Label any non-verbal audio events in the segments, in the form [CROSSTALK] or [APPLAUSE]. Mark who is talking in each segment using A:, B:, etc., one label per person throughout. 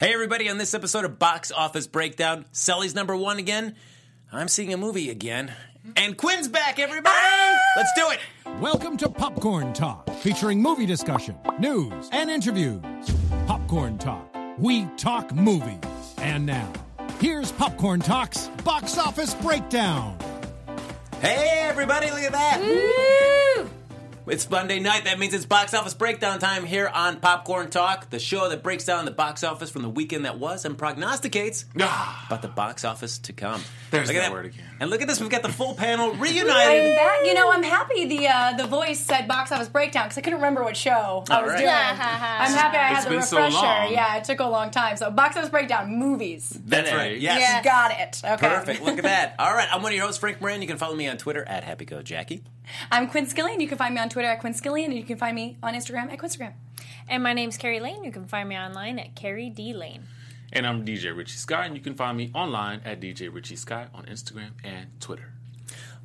A: Hey, everybody, on this episode of Box Office Breakdown, Sully's number one again. I'm seeing a movie again. And Quinn's back, everybody!
B: Ah!
A: Let's do it!
C: Welcome to Popcorn Talk, featuring movie discussion, news, and interviews. Popcorn Talk, we talk movies. And now, here's Popcorn Talk's box office breakdown.
A: Hey, everybody, look at that! It's Monday night. That means it's box office breakdown time here on Popcorn Talk, the show that breaks down the box office from the weekend that was and prognosticates about the box office to come.
B: Ah! There's
A: Look at
B: that word again.
A: And look at this. We've got the full panel
B: [LAUGHS]
D: I'm
A: reunited.
D: back. You know, I'm happy the uh, the voice said box office breakdown because I couldn't remember what show I
A: All
D: was
A: right.
D: doing. I'm happy I had
B: It's
D: the
B: been so
D: refresher.
B: long.
D: Yeah, it took a long time. So box office breakdown, movies.
A: That's
B: Hey.
A: right. Yes.
E: Yeah.
D: Got it. Okay.
A: Perfect. Look at
B: [LAUGHS]
A: that. All right. I'm one of your hosts, Frank Moran. You can follow me on Twitter at HappyGoJackie.
D: [LAUGHS] I'm Quinn Skillian. You can find me on Twitter at Quinn Skillian, and you can find me on Instagram at Quinstagram.
E: And my name's Carrie Lane. You can find me online at Carrie D Lane.
B: And I'm DJ Richie Scott, and you can find me online at DJ Richie Scott on Instagram and Twitter.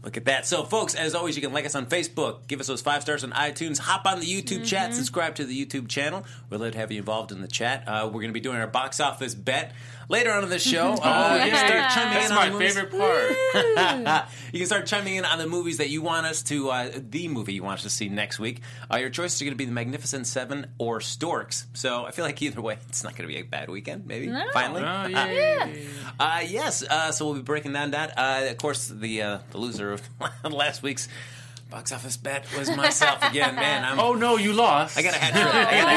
A: Look at that. So, folks, as always, you can like us on Facebook, give us those five stars on iTunes, hop on the YouTube
B: Mm-hmm.
A: chat, subscribe to the YouTube channel. We'd love to have you involved in the chat. Uh, we're going to be doing our box office bet later on in the
B: [LAUGHS]
A: show.
E: Oh,
A: Uh, you can start chiming
B: Oh, That's
A: in
B: my
A: on movies. [LAUGHS]
B: favorite part.
A: You can start chiming in on the movies that you want us to, uh, the movie you want us to see next week. Uh, your choices are going to be The Magnificent Seven or Storks. So, I feel like either way, [LAUGHS] it's not going to be a bad weekend, maybe. Finally.
E: [LAUGHS]
B: oh, yeah.
A: Uh, yes, uh, so we'll be breaking down that. Uh, of course, the uh, the loser of [LAUGHS] last week's box office bet was myself again. Man, I'm,
B: oh no, you lost.
A: I got a hat trick. I got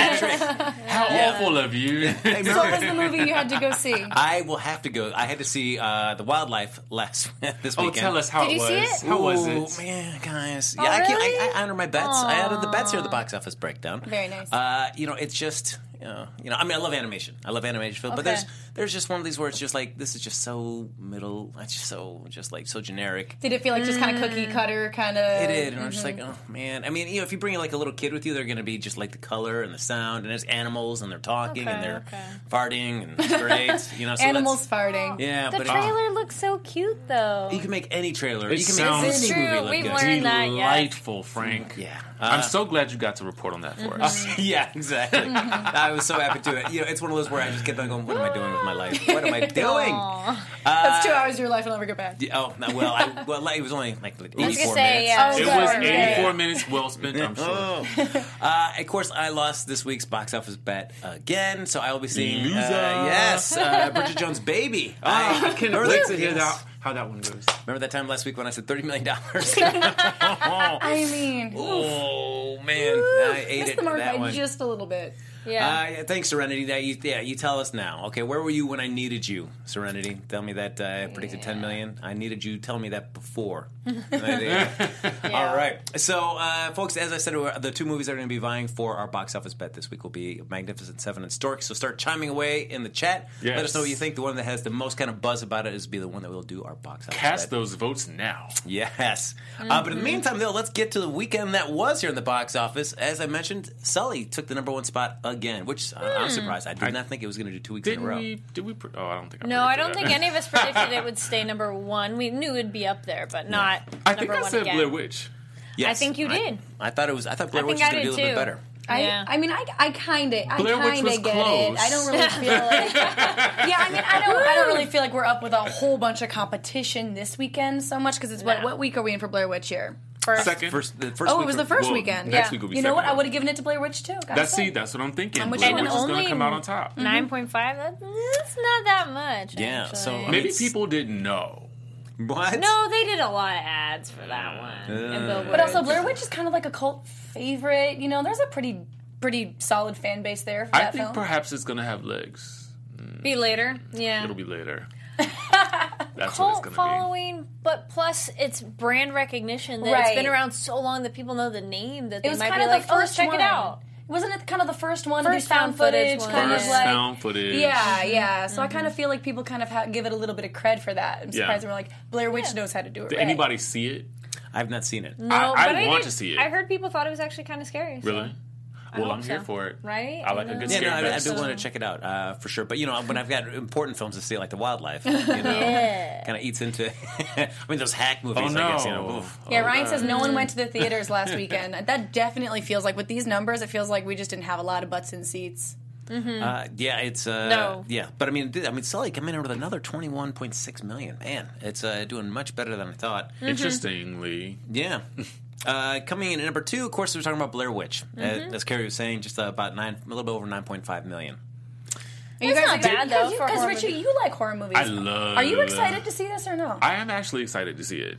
A: a hat trick.
B: How awful of you.
D: So what was the movie you had to go
A: [LAUGHS]
D: see?
A: I will have to go. I had to see uh, the wildlife last [LAUGHS] this
B: [LAUGHS] oh,
A: weekend.
B: tell us how
E: Did
B: it
E: you
B: was.
E: see it?
B: How was
A: Oh
B: it?
A: man, guys!
D: Oh,
A: Yeah, I, can't, I,
E: really?
A: I honor my bets. I added the bets here at the box office breakdown.
D: Very nice.
A: Uh, you know, it's just you know, you know. I mean, I love animation. I love animation film, but
D: Okay.
A: there's there's just one of these where it's just like this is just so middle. It's just so just like so generic.
D: Did it feel like just kind of cookie cutter kind
A: It
D: of?
A: did, and I'm just like, oh man. I mean, you know, if you bring like a little kid with you, they're going to be just like the color and the sound, and there's animals, and they're talking, and
E: Okay,
A: they're
E: okay.
A: farting,
E: [LAUGHS]
A: and it's great, you know. So
D: Animals
A: that's-
D: farting.
A: yeah,
E: The
A: but uh,
E: trailer looks so cute, though.
A: you can make any trailer.
B: It
A: you can make
B: sounds
A: any movie
E: true.
A: look
E: We've
A: good.
E: learned- We're not yet.
B: Delightful, Frank.
A: Mm-hmm. Yeah, Uh,
B: I'm so glad you got to report on that for
E: Mm-hmm.
A: [LAUGHS]
B: us.
A: yeah, exactly.
E: [LAUGHS]
A: I was so happy to do it. You know, it's one of those where I just kept on going, "What am I doing with my life? What
E: [LAUGHS] Oh,
A: am I doing?" Uh,
E: Aw.
D: That's two hours of your life I'll never get back.
A: Yeah, Oh no, well, I, well, it was only like 84
E: gonna
A: minutes.
E: say, uh, yeah.
D: Oh,
B: It
D: God.
B: was
D: Yeah.
B: 84 minutes well spent, I'm sure.
A: Uh, of course, I lost this week's box office bet again, so I will be seeing.
B: Loser.
A: Uh, yes,
B: [LAUGHS]
A: uh, Bridget Jones' baby.
B: I can not wait to hear
A: Yes.
B: that, how that one goes.
A: Remember that time last week when I said thirty million dollars?
E: [LAUGHS]
D: I mean,
A: oh man, I ate
D: missed
A: it for
D: the mark
A: that
D: by
A: one.
D: just a little bit.
E: yeah.
A: Uh, yeah, thanks, Serenity. Now you, yeah, you tell us now. Okay, where were you when I needed you, Serenity? Tell me that uh, I predicted ten million. I needed you. Tell me that
B: [LAUGHS]
A: before. And I did.
E: Yeah.
A: All right. So, uh, folks, as I said, we're- the two movies that are going to be vying for our box office bet this week will be Magnificent Seven and Stork. So start chiming away in the chat.
B: Yes.
A: Let us know what you think. The one that has the most kind of buzz about it is be the one that will do our box office
B: Cast
A: bet.
B: those votes now.
A: Yes. Uh,
E: Mm-hmm.
A: but in the meantime, though, let's get to the weekend that was here in the box office. As I mentioned, Sully took the number one spot again, which uh, I'm
E: Hmm.
A: surprised. I did not think it was going to do two weeks in a
B: Didn't
A: row.
B: we? Did we? Pre- oh, I don't think. I
E: No, I don't
B: predicted
E: think
B: that.
E: any of us predicted it
B: [LAUGHS]
E: would stay number one. We knew it'd be up there, but not
B: I think
E: number
B: I
E: one
B: said
E: again.
B: Blair Witch.
A: Yes.
E: I think you did.
A: I thought it was. I thought Blair
E: I
A: Witch
E: think
A: was
E: I
A: going to be a
E: did,
A: little bit
E: too.
A: better.
D: I,
E: Yeah.
D: I mean, I, I kind of, I
B: Blair Witch
D: kind
B: was
D: of get it. I don't really
E: close.
D: feel
E: [LAUGHS]
D: like, yeah. I mean, I don't, I don't really feel like we're up with a whole bunch of competition this weekend so much because it's what,
E: No.
D: what week are we in for Blair Witch here? First.
B: Second.
A: First, the first
D: Oh,
A: week
D: it was
A: for-
D: the first
B: well,
D: weekend.
B: next
D: yeah.
B: week will be
D: you know what? I
B: second.
D: would have given it to Blair Witch too. Gotta
B: That's
D: say.
B: see, that's what I'm thinking.
D: And which
B: Blair
D: one?
B: Witch is going
E: Only-
B: to come out on top.
E: Mm-hmm. Nine point five. That's not that much.
A: Yeah,
E: actually.
A: so, I mean-
B: Maybe
A: It's-
B: people didn't know.
A: What?
E: no, they did a lot of ads for
B: Uh,
E: that one. in Billboard.
D: But also, Blair Witch is kind of like a cult favorite. You know, there's a pretty, pretty solid fan base there for
B: I
D: that
B: think
D: film.
B: perhaps it's going to have legs.
E: be later. Yeah,
B: It'll
E: [LAUGHS]
B: be later. That's what it's
E: cult
B: going to be.
E: following, but plus it's brand recognition that
D: Right.
E: it's been around so long that people know the name that
D: it
E: they
D: was
E: might
D: kind
E: be
D: of
E: like,
D: the first
E: oh, check
D: one.
E: it out.
D: Wasn't it kind of the first one?
E: First
D: the
E: found footage Mm-hmm. one.
D: kind
B: First
D: of like,
B: found footage.
D: Yeah, yeah. So I kind of feel like people kind of ha- give it a little bit of cred for that. I'm
B: Yeah.
D: surprised we're like Blair Witch
E: Yeah.
D: knows how to do it.
B: Did
D: right.
B: anybody see it?
A: I've not seen it.
E: No,
B: I,
E: but
B: I want
E: did-
B: to see it.
E: I heard people thought it was actually kind of scary. so-
B: Really? Well,
E: hope
B: I'm here
E: so.
B: for it.
E: Right?
B: I like a
E: Yeah.
B: good
A: Yeah,
B: scary
A: no, I, I've
B: fest.
A: been wanting to check it out uh, for sure. But you know, when I've got important films to see, like The
E: [LAUGHS]
A: Wildlife, you know,
E: Yeah.
A: kind of eats into. [LAUGHS] I mean, those hack movies.
B: Oh,
A: I guess,
B: no.
A: you know, oof.
D: Yeah,
B: uh,
D: Ryan says no one went
B: [LAUGHS]
D: to the theaters last weekend. That definitely feels like with these numbers, it feels like we just didn't have a lot of butts in seats.
A: Uh, yeah, it's uh,
E: No.
A: yeah, but I mean, it did- I mean, Sully came in with another twenty one point six million. Man, it's uh, doing much better than I thought.
B: Hmm.
E: Mm-hmm.
B: Interestingly,
A: Yeah. [LAUGHS] Uh, coming in at number two, of course, we're talking about Blair Witch. Uh, as Carrie was saying, just uh, about nine, a little bit over nine point five million.
E: It's
D: guys
E: not
D: excited-
E: bad,
D: because
E: though,
D: you-
E: for a
D: Because
E: horror
D: Richie,
E: movie.
D: you like horror movies.
B: I love.
D: Are you excited to see this or no?
B: I am actually excited to see it.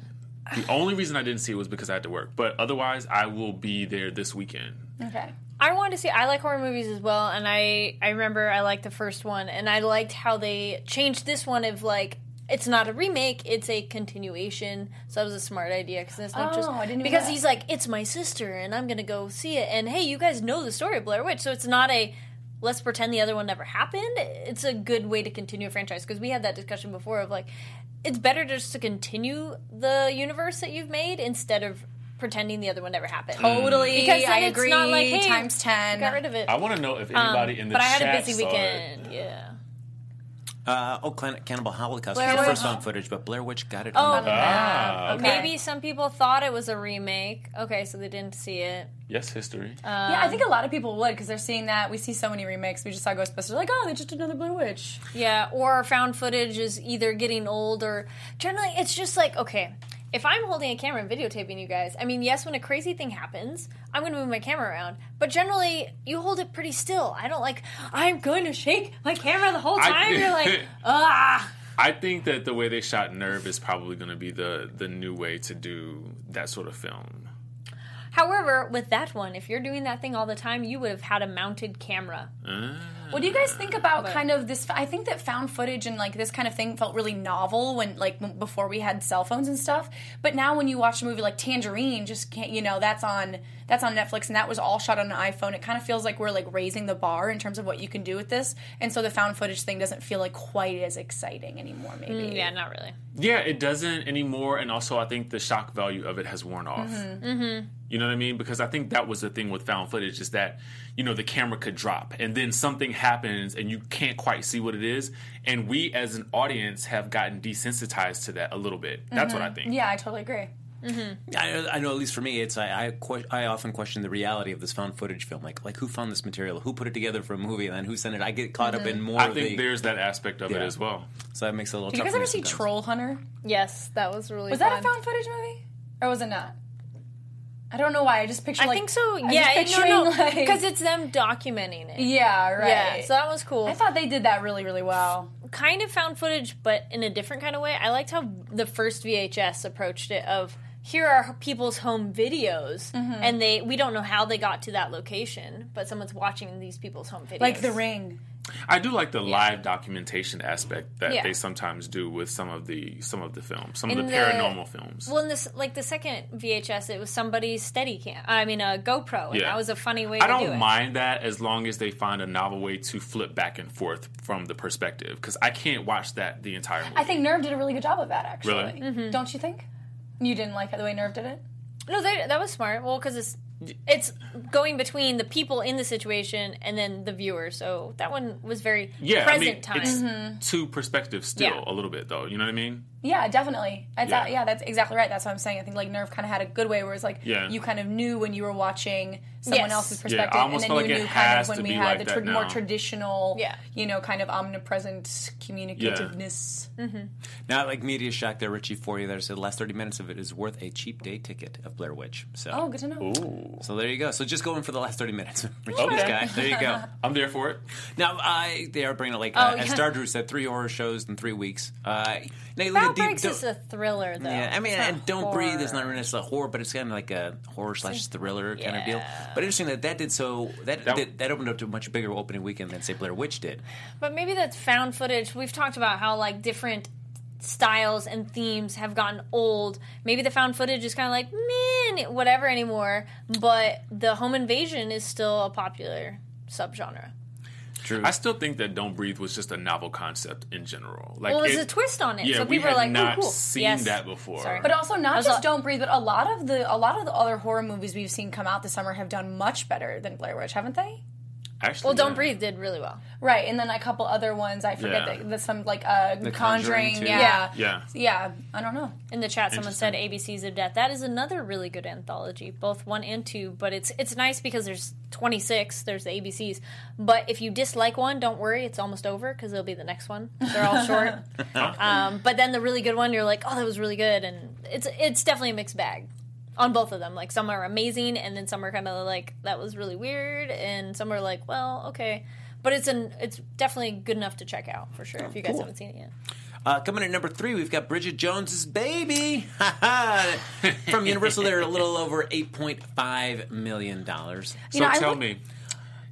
B: The only reason I didn't see it was because I had to work, but otherwise, I will be there this weekend.
D: okay.
E: I wanted to see. I like horror movies as well, and I I remember I liked the first one, and I liked how they changed this one of like. It's not a remake; it's a continuation. So that was a smart idea because it's not
D: Oh,
E: just
D: I didn't even
E: because
D: know
E: he's like, it's my sister, and I'm gonna go see it. And hey, you guys know the story of Blair Witch, so it's not a let's pretend the other one never happened. It's a good way to continue a franchise because we had that discussion before of like, it's better just to continue the universe that you've made instead of pretending the other one never happened.
D: Totally.
E: Because then
D: I
E: it's
D: agree.
E: not like, hey,
D: times 10.
E: Got rid of it.
B: I want to know if anybody in the
E: Um, but I
B: chat
E: had a busy
B: saw it.
E: weekend. Yeah.
A: Uh, oh, Clan- Cannibal Holocaust was
E: Blair
A: the
E: Witch.
A: first found footage, but Blair Witch got it.
E: Oh,
A: on the-
B: Ah, okay.
E: Maybe some people thought it was a remake. Okay, so they didn't see it.
B: Yes, history.
D: yeah, I think a lot of people would because they're seeing that. We see so many remakes. We just saw Ghostbusters. Like, oh, they just did another Blue Witch.
E: Yeah, or found footage is either getting old or generally it's just like, okay, if I'm holding a camera and videotaping you guys, I mean, yes, when a crazy thing happens, I'm going to move my camera around, but generally you hold it pretty still. I don't like, I'm going to shake my camera the whole
B: I-
E: time. You're
B: [LAUGHS]
E: like, ah.
B: I think that the way they shot Nerve is probably going to be the the new way to do that sort of film.
E: However, with that one, if you're doing that thing all the time, you would have had a mounted camera.
D: What do you guys think about kind of this? I think that found footage and like this kind of thing felt really novel when like m- before we had cell phones and stuff. But now when you watch a movie like Tangerine, just can't you know that's on that's on Netflix and that was all shot on an iPhone. It kind of feels like we're like raising the bar in terms of what you can do with this, and so the found footage thing doesn't feel like quite as exciting anymore. Maybe
E: Mm, Yeah, not really.
B: Yeah, it doesn't anymore, and also I think the shock value of it has worn off. Mm-hmm. You know what I mean? Because I think that was the thing with found footage is that you know the camera could drop, and then something happens, and you can't quite see what it is. And we, as an audience, have gotten desensitized to that a little bit. That's what I think.
D: yeah, I totally agree.
A: I, I know, at least for me, it's I I, que- I often question the reality of this found footage film. Like, like who found this material? Who put it together for a movie? And then who sent it? I get caught up in more.
B: I
A: of
B: think
A: the,
B: there's that aspect of it
A: Yeah.
B: as well.
A: so that makes it a little.
D: Did you
A: tough
D: guys
A: for me
D: ever see
A: sometimes.
D: Troll Hunter?
E: Yes, that was really
D: Was that a found footage movie or was it not? I don't know why. I just picture.
E: I
D: like,
E: think so.
D: I'm
E: Yeah,
D: just
E: it- [LAUGHS] no,
D: picturing, [LAUGHS] like-
E: because it's them documenting it.
D: Yeah, right.
E: Yeah, so that was cool.
D: I thought they did that really, really well.
E: kind of found footage, but in a different kind of way. I liked how the first VHS approached it. Of here are people's home videos, and they we don't know how they got to that location, but someone's watching these people's home videos,
D: Like The Ring.
B: I do like the live documentation aspect that
E: Yeah.
B: they sometimes do with some of the some of the films, some of
E: In
B: the
E: the-
B: paranormal films.
E: Well, in this like the second VHS, it was somebody's Steadicam. I mean, a GoPro, and
B: Yeah.
E: that was a funny way.
B: I
E: to do
B: don't
E: it.
B: mind that as long as they find a novel way to flip back and forth from the perspective because I can't watch that the entire movie.
D: I think Nerve did a really good job of that, actually. Mm-hmm.
B: Really?
E: Mm-hmm.
D: Don't you think? You didn't like the way Nerve did it?
E: No, they, that was smart. Well, because it's it's going between the people in the situation and then the viewer. So that one was very
B: yeah,
E: present
B: I mean,
E: time.
B: it's two perspectives still
E: Yeah.
B: a little bit though. You know what I mean?
D: Yeah, definitely. That's
B: Yeah.
D: yeah. that's exactly right. That's what I'm saying. I think like Nerve kind of had a good way where it's like
B: Yeah.
D: you kind of knew when you were watching someone
E: Yes.
D: else's
E: Yeah, I
D: perspective, and
B: almost
D: then
B: feel
D: you
B: like it
D: knew kind
B: has
D: of when
B: to
D: we
B: be
D: had
B: like
D: the
B: that
D: tra- more
B: now.
D: traditional,
E: Yeah.
D: you know, kind of omnipresent communicativeness.
A: Not like media shock there, Richie, for you there. So the last 30 minutes of it is worth a cheap day ticket of Blair Witch. So
D: Oh, good to know.
A: so there you go. So just go in for the last 30 minutes, [LAUGHS] Richie, this
E: [LAUGHS]
B: Okay.
A: guy. There you go.
B: I'm there for it.
A: Now, I, they are bringing it like, uh,
E: Oh,
A: as
E: yeah.
A: Star Drew said, three horror shows in three weeks. Uh, now you look
E: Foul
A: at
E: Breaks
A: Don't-
E: is a thriller, though.
A: yeah, I mean,
E: It's not
A: and Don't Breathe is not
E: horror.
A: really necessarily horror, but it's kind of like a horror slash thriller kind of deal. But interesting that that did so, that,
B: That-
A: that, that opened up to a much bigger opening weekend than, say, Blair Witch did.
E: But maybe that's found footage. We've talked about how like different styles and themes have gotten old. Maybe the found footage is kind of like man, whatever anymore. But the home invasion is still a popular subgenre.
A: True.
B: I still think that Don't Breathe was just a novel concept in general. Like
E: Well, it was a twist on it,
B: Yeah,
E: so
B: we
E: people are
B: had
E: like, "Ooh,
B: not
E: cool."
B: seen
E: Yes.
B: that before.
E: Sorry. uh,
D: But also not just
E: a-
D: Don't Breathe, but a lot of the a lot of the other horror movies we've seen come out this summer have done much better than Blair Witch, haven't they?
B: Actually,
E: Well, Don't
B: yeah.
E: Breathe did really well.
D: Right, and then a couple other ones I forget
B: Yeah.
D: that the, some like uh,
A: The Conjuring,
D: Conjuring,
A: too.
D: yeah.
B: Yeah.
D: yeah, I don't know.
E: In the chat, someone said ABCs of Death. That is another really good anthology, both one and two. But it's it's nice because there's 26. There's the ABCs. But if you dislike one, don't worry, it's almost over because it'll be the next one. They're all
B: [LAUGHS]
E: short. um, but then the really good one, you're like, oh, that was really good, and it's it's definitely a mixed bag on both of them. Like some are amazing, and then some are kind of like that was really weird, and some are like, well, okay. But it's an it's definitely good enough to check out for sure if you guys
A: cool.
E: haven't seen it yet.
A: Uh, coming in at number three, we've got Bridget Jones's Baby. Ha ha. From Universal, they're a little over $8.5 million.
B: So
D: know, I
B: tell
D: look-
B: me,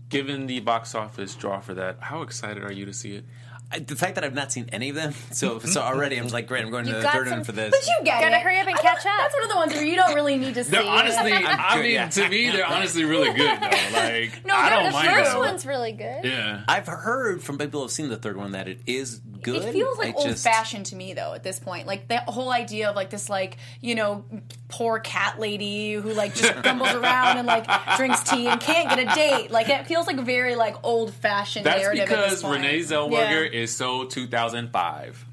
B: given the box office draw for that, how excited are you to see it?
A: I, the fact that I've not seen any of them, so so already I'm like, great, I'm going to the
E: got
A: third
E: some-
A: one for this.
D: But you get
E: Gotta
D: it.
E: hurry up and
D: I don't-
E: catch up.
D: That's one of the ones where you don't really need to see.
B: They're
D: it. [LAUGHS]
B: honestly, I
A: sure,
B: mean,
A: yeah.
B: to me, they're honestly really good. Though, like
D: No, they're
B: I don't
D: the
B: mind
E: First
B: them.
E: one's really good.
B: Oh, Yeah,
A: I've heard from people who've seen the third one that it is good.
D: It feels like
A: I
D: old
A: just-
D: fashioned to me though at this point. Like the whole idea of like this like, you know, poor cat lady who like
B: [LAUGHS]
D: just stumbles around and like drinks tea and can't get a date. Like it feels like very like old fashioned
B: that's
D: narrative. at this
B: because
D: point.
B: Renee Zellweger
E: Yeah.
B: is so 2005.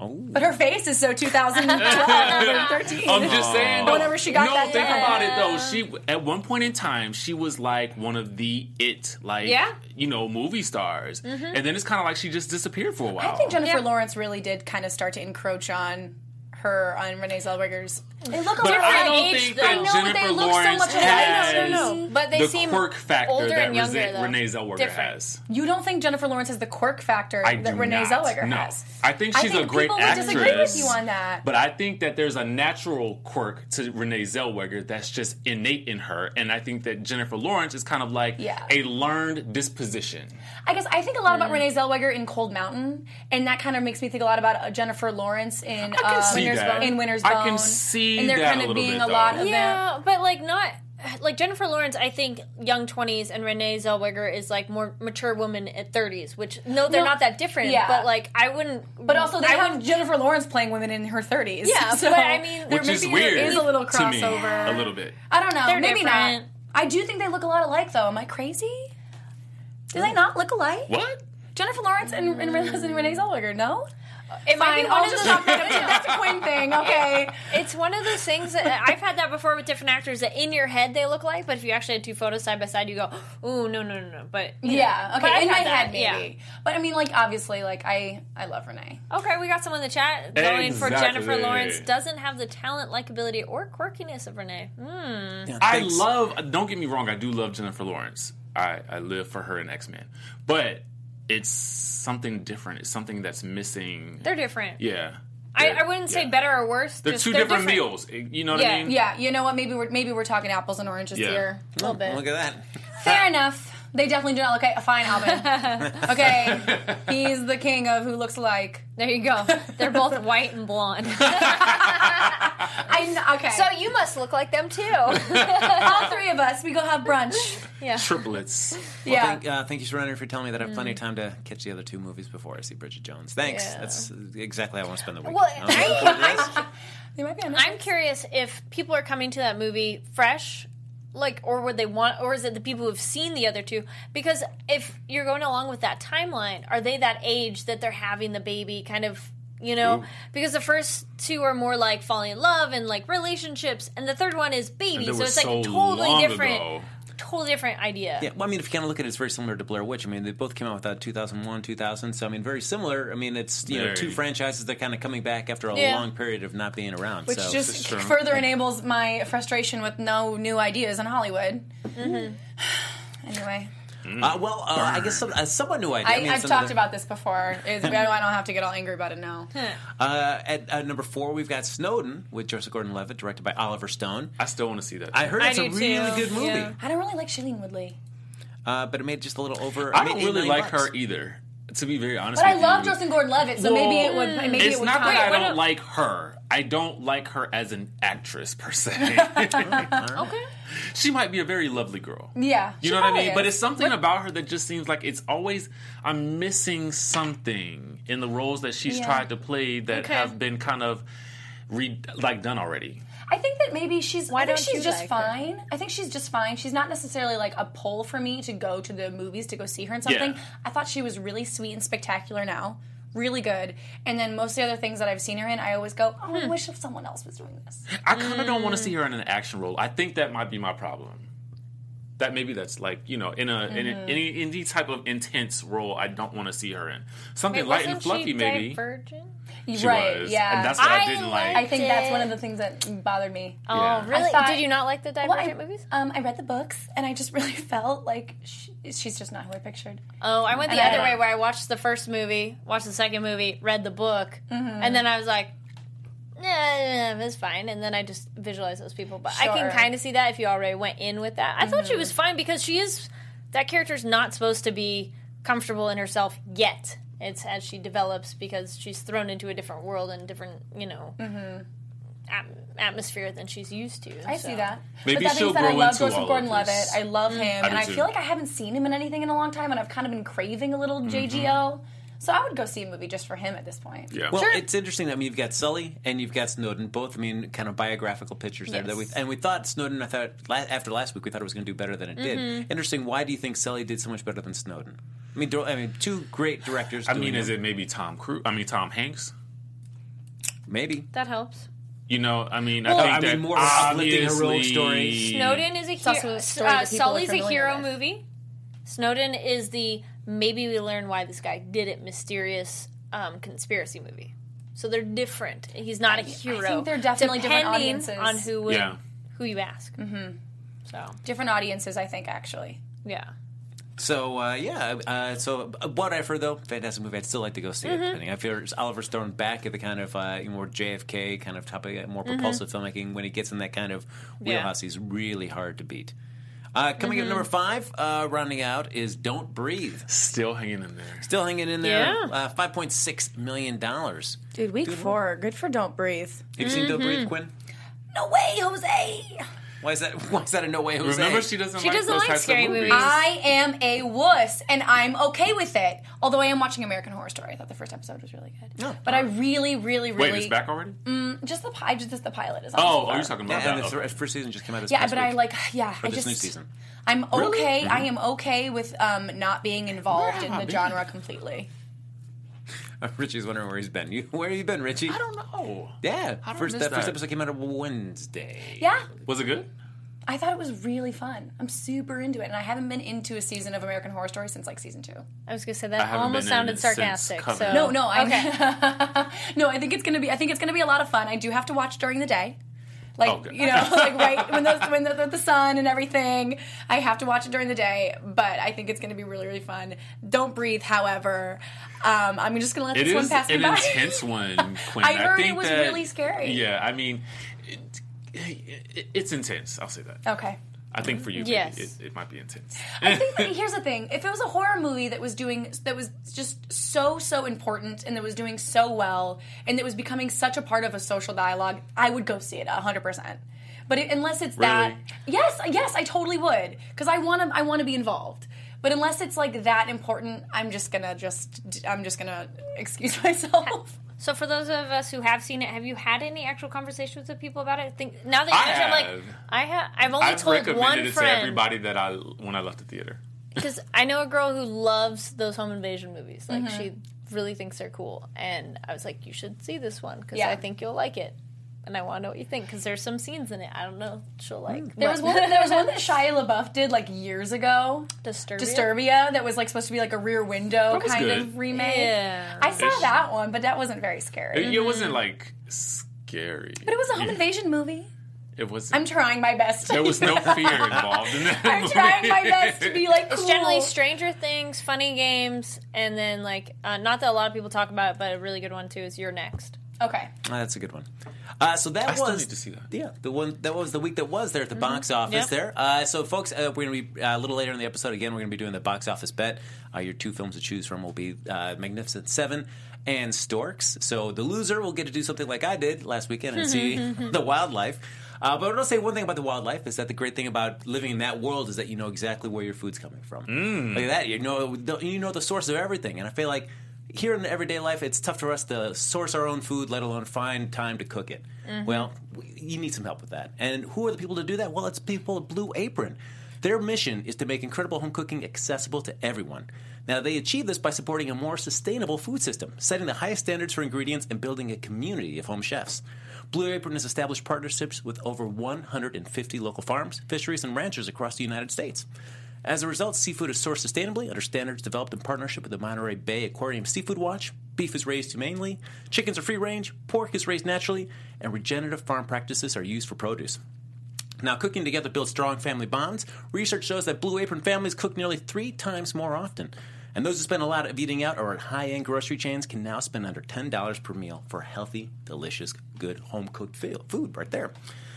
A: Oh.
D: But her face is so
B: [LAUGHS]
D: 2012 or 13.
B: I'm just saying. Though,
D: Whenever she got
B: no,
D: that
B: think
D: done.
B: about it though. She at one point in time she was like one of the it like
E: Yeah.
B: you know movie stars, and then it's kind of like she just disappeared for a while.
D: I think Jennifer
E: Yeah.
D: Lawrence really did kind of start to encroach on her on Renee Zellweger's. They look
B: but
E: different
B: I don't
E: age,
B: think
E: though.
B: that
E: I know,
D: they
B: Jennifer
D: look so
B: Lawrence
D: much alike.
B: has
D: No, no, no.
E: But they
B: the
E: seem
B: quirk factor
E: older
B: that
E: and younger,
B: Rese-
E: though.
B: Renee Zellweger
E: Different.
B: has.
D: You don't think Jennifer Lawrence has the quirk factor
B: I
D: that
B: do
D: Renee
B: not.
D: Zellweger
B: No.
D: has?
B: I think she's a great
D: people
B: actress.
D: would disagree with you on that.
B: But I think that there's a natural quirk to Renee Zellweger that's just innate in her, and I think that Jennifer Lawrence is kind of like
D: Yeah.
B: a learned disposition.
D: I guess I think a lot
B: Mm.
D: about Renee Zellweger in Cold Mountain, and that kind of makes me think a lot about uh, Jennifer Lawrence in
B: can
D: uh,
B: see
D: Winter's
B: that.
D: Bone. In Winter's
B: I
D: Bone.
B: can see
D: and they're
B: that
D: kind
B: a
D: of
B: little
D: being
B: bit,
D: a lot
B: though.
D: of that.
E: Yeah, but like not like Jennifer Lawrence. I think young twenties and Renee Zellweger is like more mature woman at thirties. Which no, they're
D: No,
E: not that different.
D: yeah.
E: But like I wouldn't.
D: But also, they
E: I
D: have
E: wouldn't-
D: [LAUGHS] Jennifer Lawrence playing women in her 30s.
E: [LAUGHS] Yeah,
D: so,
E: but I mean,
D: there
B: Which is
D: maybe
B: weird.
D: there is a little
B: to me,
D: crossover.
B: a little bit.
D: I don't know.
E: They're
D: maybe not.
E: different.
D: I do think they look a lot alike, though. Am I crazy? Do
B: Mm.
D: they not look alike?
B: What?
D: Jennifer Lawrence and, and, Renee- and Renee Zellweger, no?
E: it might be
D: Fine, [LAUGHS]
E: one
D: I'll
E: of
D: just
E: [LAUGHS] those.
D: stop that. That's a Quinn thing, okay.
E: It's one of those things that [LAUGHS] I've had that before with different actors that in your head they look like, but if you actually had two photos side by side, you go, "Ooh, no, no, no, no." But you know.
D: Yeah,
E: But I've
D: okay. In my
E: had that,
D: head, maybe. But I mean, like, obviously, like, I, I love Renee.
E: Okay, we got someone in the chat going for
B: Exactly.
E: Jennifer Lawrence doesn't have the talent, likability, or quirkiness of Renee.
A: Yeah,
B: I
A: thanks.
B: love. Don't get me wrong. I do love Jennifer Lawrence. I, I live for her in X Men, but it's something different. It's something that's missing.
E: They're different.
B: yeah.
E: I,
B: They're-
E: I wouldn't say
B: yeah.
E: better or worse.
B: They're
E: just
B: two different, meals. You know what I
E: Yeah,
B: mean?
D: Yeah, you know what? Maybe we're maybe we're talking apples and oranges
B: Yeah.
D: here a little bit.
A: Look at that.
D: Fair enough. They definitely do not look like a fine Alvin. okay, he's the king of who looks alike.
E: There you go.
D: [LAUGHS]
E: They're both white and [LAUGHS] blonde.
D: I kn- okay. So
E: you must look like them too.
B: [LAUGHS]
E: yeah.
D: all three of us, we go have brunch.
B: Triplets.
D: yeah.
A: Thank, uh, thank you, Surrender, for telling me that I have plenty of time to catch the other two movies before I see Bridget Jones. Thanks.
E: Yeah.
A: That's exactly how I want to spend the week.
E: Well,
A: I'm looking forward to this.
D: they might be on
E: I'm curious if people are coming to that movie fresh, like, or would they want, or is it the people who've seen the other two? Because if you're going along with that timeline, are they that age that they're having the baby kind of, you know?
B: Mm-hmm.
E: Because the first two are more like falling in love and like relationships, and the third one is baby.
B: They
E: So
B: were
E: it's like
B: so long
E: totally different,
B: ago.
E: totally different idea.
A: Yeah, well, I mean, if you kind of look at it, it's very similar to Blair Witch. I mean, they both came out with that 2001, 2000. So, I mean, very similar. I mean, it's, you know,
B: Very.
A: two franchises that are kind of coming back after a
E: Yeah.
A: long period of not being around.
D: which
A: so.
D: just
B: true.
D: further enables my frustration with no new ideas in Hollywood. [SIGHS] anyway,
A: Uh, well, uh, I guess some, uh, somewhat new idea.
D: I,
A: mean,
D: I've
A: some of
D: talked
A: the-
D: about this before. It's, I don't have to get all angry about it now.
A: Uh, at, at number four, we've got Snowden with Joseph Gordon-Levitt, directed by Oliver Stone.
B: I still want to see that.
A: I heard
E: I
A: it's a
E: do
A: really
E: too,
A: good movie,
E: yeah.
D: I don't really like Shailene Woodley,
A: uh, but it made just a little over.
B: I
A: it
B: don't
A: made
B: really
A: $8
B: like
A: bucks.
B: her either. To be very honest,
D: but I
B: with
D: love
B: you.
D: Justin Gordon-Levitt, so
B: Well,
D: maybe it would. Maybe
B: It's
D: it would
B: not
D: tie.
B: that I
E: Wait, what
B: don't
E: a-
B: like her. I don't like her as an actress per se.
E: Okay.
B: she might be a very lovely girl.
D: yeah, she
B: You know what I
D: probably
B: mean? But
D: is.
B: it's something about her that just seems like it's always I'm missing something in the roles that she's
D: Yeah.
B: tried to play that
E: Okay.
B: have been kind of re- like done already.
D: I think that maybe she's.
E: Why
D: I think
E: don't
D: she's
E: you
D: just
E: like her?
D: fine. I think she's just fine. She's not necessarily like a pull for me to go to the movies to go see her in something.
B: Yeah.
D: I thought she was really sweet and spectacular now. Really good, and then most of the other things that I've seen her in, I always go, "Oh,
E: Hmm.
D: I wish if someone else was doing this."
B: I kind of don't want to
E: Mm.
B: see her in an action role. I think that might be my problem. That maybe that's like you know in a in
E: Mm-hmm.
B: a- any any type of intense role. I don't want to see her in something light and
E: wasn't
B: fluffy.
E: she
B: Maybe
E: Divergent?
B: [LAUGHS] she
D: right?
B: was,
D: Yeah,
B: and that's what I,
E: I
B: didn't like.
D: I think that's
E: did.
D: one of the things that bothered me.
B: Yeah.
E: Oh, really?
D: thought-
E: Did you not like the
D: Well, I,
E: Divergent movies?
D: um, I read the books, and I just [LAUGHS] really felt like she, she's just not who I pictured.
E: Oh, I went the
D: And I
E: other
D: don't-
E: way where I watched the first movie, watched the second movie, read the book,
D: Mm-hmm.
E: and then I was like, yeah, it's fine. And then I just visualized those people. But I
D: Sure. Mm-hmm.
E: can kind of see that if you already went in with that. I thought she was fine because she is that character's not supposed to be comfortable in herself yet. It's as she develops because she's thrown into a different world and different, you know, at- atmosphere than she's used to.
D: Mm-hmm. I see that.
B: Maybe
D: but that
B: she'll
D: being said, I
B: grow
D: love
B: into all
D: Joseph
B: of
D: Gordon-Levitt.
B: this.
D: I love him,
B: I do
D: and I
B: too.
D: feel like I haven't seen him in anything in a long time, and I've kind of been craving a little JGL. So I would go see a movie just for him at this point.
B: Mm-hmm. yeah.
A: Well, it's interesting. I mean, you've got Sully and you've got Snowden, both. I mean, kind of biographical pictures there. That we,
D: Yes.
A: and we thought Snowden. I thought la- after last week, we thought it was going to do better than it did. Interesting. Why do you think Sully did so much better than Snowden? I mean, do, I mean, two great directors.
B: I mean, is it maybe Tom Cruise? I mean Tom Hanks.
A: maybe?
E: That helps.
B: You know, I mean,
E: Well,
B: I think
A: I mean,
B: that
A: more uplifting,
B: obviously,
A: heroic stories.
E: Snowden is a
D: also
E: hero.
D: a story
E: Uh,
D: that people are
E: Sully's a
D: familiar
E: hero
D: with.
E: movie. Snowden is the maybe we learn why this guy did it mysterious um, conspiracy movie. So they're different. He's not a hero.
D: think they're definitely different
E: depending
D: audiences.
E: on who would,
B: Yeah.
E: who you ask. Mm-hmm. So
D: Different audiences, I think, actually.
E: yeah,
A: So uh, yeah, uh, so uh, whatever though, fantastic movie. I'd still like to go see it.
D: Mm-hmm.
A: Depending, I feel Oliver's thrown back at the kind of uh, more JFK kind of topic, more
D: Mm-hmm.
A: propulsive filmmaking. When he gets in that kind of wheelhouse, he's really hard to beat. Uh, coming
D: Mm-hmm.
A: in at number five, uh, rounding out is "Don't Breathe."
B: still hanging in there.
A: Still hanging in there.
E: Yeah.
A: Uh, Five point six million dollars.
D: Dude, week four. Good for Don't Breathe.
A: Have you seen "Don't
D: Mm-hmm.
A: Breathe," Quinn?
D: No way, Jose!
A: Why is that? [LAUGHS] Why is that a no way, Jose?
B: Remember, she doesn't.
E: She
B: like
E: doesn't
B: those
E: like
B: types of
E: scary
B: movies.
E: movies.
D: I am a wuss, and I'm okay with it. Although I am watching American Horror Story. I thought the first episode was really good.
A: No.
D: But I really, really, really
B: Oh. Wait, it's back already.
E: Mm.
D: just the pi- just the pilot is. on so
B: Oh, oh,
D: far.
B: you're talking about
A: yeah, and
B: that.
A: the
B: Okay.
A: th- first season just came out this
D: Yeah,
A: past
D: but
A: week.
D: I like yeah.
A: For
D: I
A: this
D: just,
A: new season. [LAUGHS]
D: I'm okay. I
B: Mm-hmm.
D: am okay with um, not being involved
B: Where
D: in
B: have
D: the
B: I been?
D: genre completely.
A: Richie's wondering where he's been. You, where have you been, Richie?
B: I don't know.
A: Yeah,
B: How did I
A: first
B: miss
A: that first
B: that?
A: episode came out Wednesday.
D: Yeah,
B: Was it good?
D: I thought it was really fun. I'm super into it, and I haven't been into a season of American Horror Story since like season two.
E: I was gonna say
B: I
E: that
B: haven't
E: almost
B: been
E: sounded
B: in since
E: sarcastic. So
B: Covenant.
D: No, no, I
E: okay.
D: [LAUGHS] no. I think it's gonna be. I think it's gonna be a lot of fun. I do have to watch during the day. Like
B: Oh, good.
D: you
B: [LAUGHS]
D: know, like right when the when the, the sun and everything, I have to watch it during the day. But I think it's going to be really really fun. Don't breathe. However, um, I'm just going to let
B: It
D: this one
B: is
D: pass me
B: an
D: by. [LAUGHS]
B: intense one. Quinn.
D: I heard it
B: think
D: was
B: that-
D: really scary.
B: Yeah, I mean, it, it, it's intense. I'll say that.
D: okay.
B: I think for you, maybe
E: Yes.
B: it, it might be intense.
D: I think that, here's the thing: if it was a horror movie that was doing that was just so so important and that was doing so well and that was becoming such a part of a social dialogue, I would go see it hundred percent. But it, unless it's that,
B: Really?
D: yes, yes, I totally would because I want to I want to be involved. But unless it's like that important, I'm just gonna just I'm just gonna excuse [LAUGHS] myself.
E: So for those of us who have seen it, have you had any actual conversations with people about it? I think now that
B: I
E: you mentioned,
B: have.
E: like I have, I've only
B: I've
E: told
B: recommended
E: one
B: it to
E: friend.
B: everybody that I when I left the theater.
E: because I know a girl who loves those home invasion movies. Like she really thinks they're cool, and I was like, you should see this one because
D: Yeah.
E: I think you'll like it, and I want to know what you think because there's some scenes in it I don't know she'll like.
B: Mm.
D: There was one. There was one that Shia LaBeouf did like years ago.
E: Disturbia.
D: Disturbia that was like supposed to be like a Rear Window
B: was
D: kind of
B: good.
D: remake.
E: Yeah.
D: I saw
B: Ish.
D: that one, but that wasn't very scary.
B: It, it wasn't like scary,
D: Mm-hmm. But it was a home
B: Yeah,
D: invasion movie.
B: It was.
D: I'm trying my best.
B: there was no fear involved in that.
D: [LAUGHS] I'm
A: [LAUGHS]
B: movie.
D: trying my best to be like cool.
E: It's generally Stranger Things, Funny Games, and then like uh, not that a lot of people talk about it, but a really good one too is You're Next.
D: okay.
A: Uh, that's a good one. Uh, so that
B: I
A: was
B: still need to see that.
A: Yeah, the one that was the week that was there at the box office.
E: Yep.
A: There, uh, so folks, uh, we're going to be uh, a little later in the episode. Again, we're going to be doing the box office bet. Uh, your two films to choose from will be uh, Magnificent Seven and Storks. So the loser will get to do something like I did last weekend and see the wildlife. Uh, but I'll say one thing about the wildlife is that the great thing about living in that world is that
B: Mm.
A: you know exactly where your food's coming from. Like that, you know, you know the source of everything. And I feel like here in everyday life, it's tough for us to source our own food, let alone find time to cook it. Well, w- you need some help with that. And who are the people to do that? Well, it's people at Blue Apron. Their mission is to make incredible home cooking accessible to everyone. Now, they achieve this by supporting a more sustainable food system, setting the highest standards for ingredients, and building a community of home chefs. Blue Apron has established partnerships with over 150 local farms, fisheries, and ranchers across the United States. As a result, seafood is sourced sustainably under standards developed in partnership with the Monterey Bay Aquarium Seafood Watch. Beef is raised humanely, chickens are free range, pork is raised naturally, and regenerative farm practices are used for produce. Now, cooking together builds strong family bonds. Research shows that Blue Apron families cook nearly three times more often. And those who spend a lot of eating out or at high end grocery chains can now spend under $10 per meal for healthy, delicious, good home cooked food right there.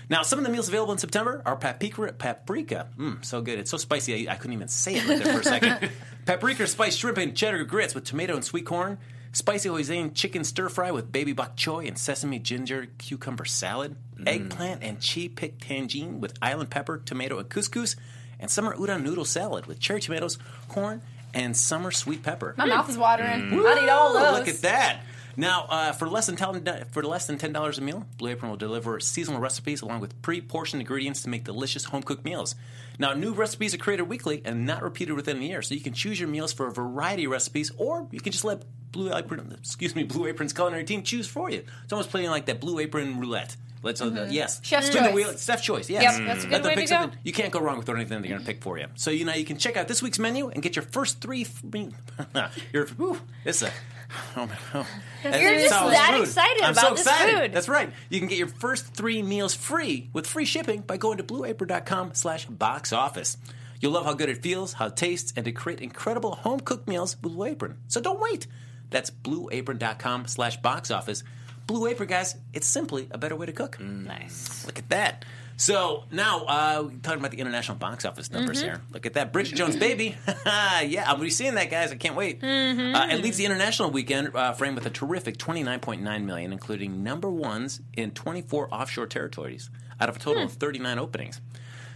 A: Now, some of the meals available in September are paprika. Paprika, mm, so good. It's so spicy, I, I couldn't even say it right there for a second. paprika spiced shrimp and cheddar grits with tomato and sweet corn. Spicy hoisin chicken stir fry with baby bok choy and sesame ginger cucumber salad. Eggplant and chi pick tangine with island pepper, tomato, and couscous. And summer udon noodle salad with cherry tomatoes, corn, and summer sweet pepper.
D: My mouth is watering. I need all
A: Oh,
D: those.
A: Look at that. Now, uh, for less than ten, for less than ten dollars a meal, Blue Apron will deliver seasonal recipes along with pre-portioned ingredients to make delicious home-cooked meals. Now, new recipes are created weekly and not repeated within a year, so you can choose your meals for a variety of recipes, or you can just let Blue Apron, excuse me, Blue Apron's culinary team choose for you. It's almost playing like that Blue Apron roulette. Let's uh, yes,
D: Mm-hmm. Chef's
A: Spin the
D: choice.
A: wheel. Chef's choice. Yes, Mm.
E: Yep, that's a good
A: Let them
E: way
A: pick
E: to go.
A: something- you can't go wrong with anything they're going to pick for you. So you know you can check out this week's menu and get your first three. f- [LAUGHS] me- your whew, this is a. Oh my god!
E: You're just that excited
A: I'm so
E: about this
A: excited.
E: food.
A: That's right. You can get your first three meals free with free shipping by going to blueapron.com slash box office. You'll love how good it feels, how it tastes, and to create incredible home cooked meals with Blue Apron. So don't wait. That's blueapron.com slash box office. Blue Apron, guys, it's simply a better way to cook.
E: Mm, Nice.
A: Look at that. So now uh, we're talking about the international box office numbers
E: Mm-hmm.
A: here. Look at that, Bridget Jones' Baby. [LAUGHS] yeah, I'll be seeing that, guys. I can't wait.
E: Hmm.
A: Uh, it leads the international weekend uh, frame with a terrific 29.9 million, including number ones in 24 offshore territories out of a total of 39 openings.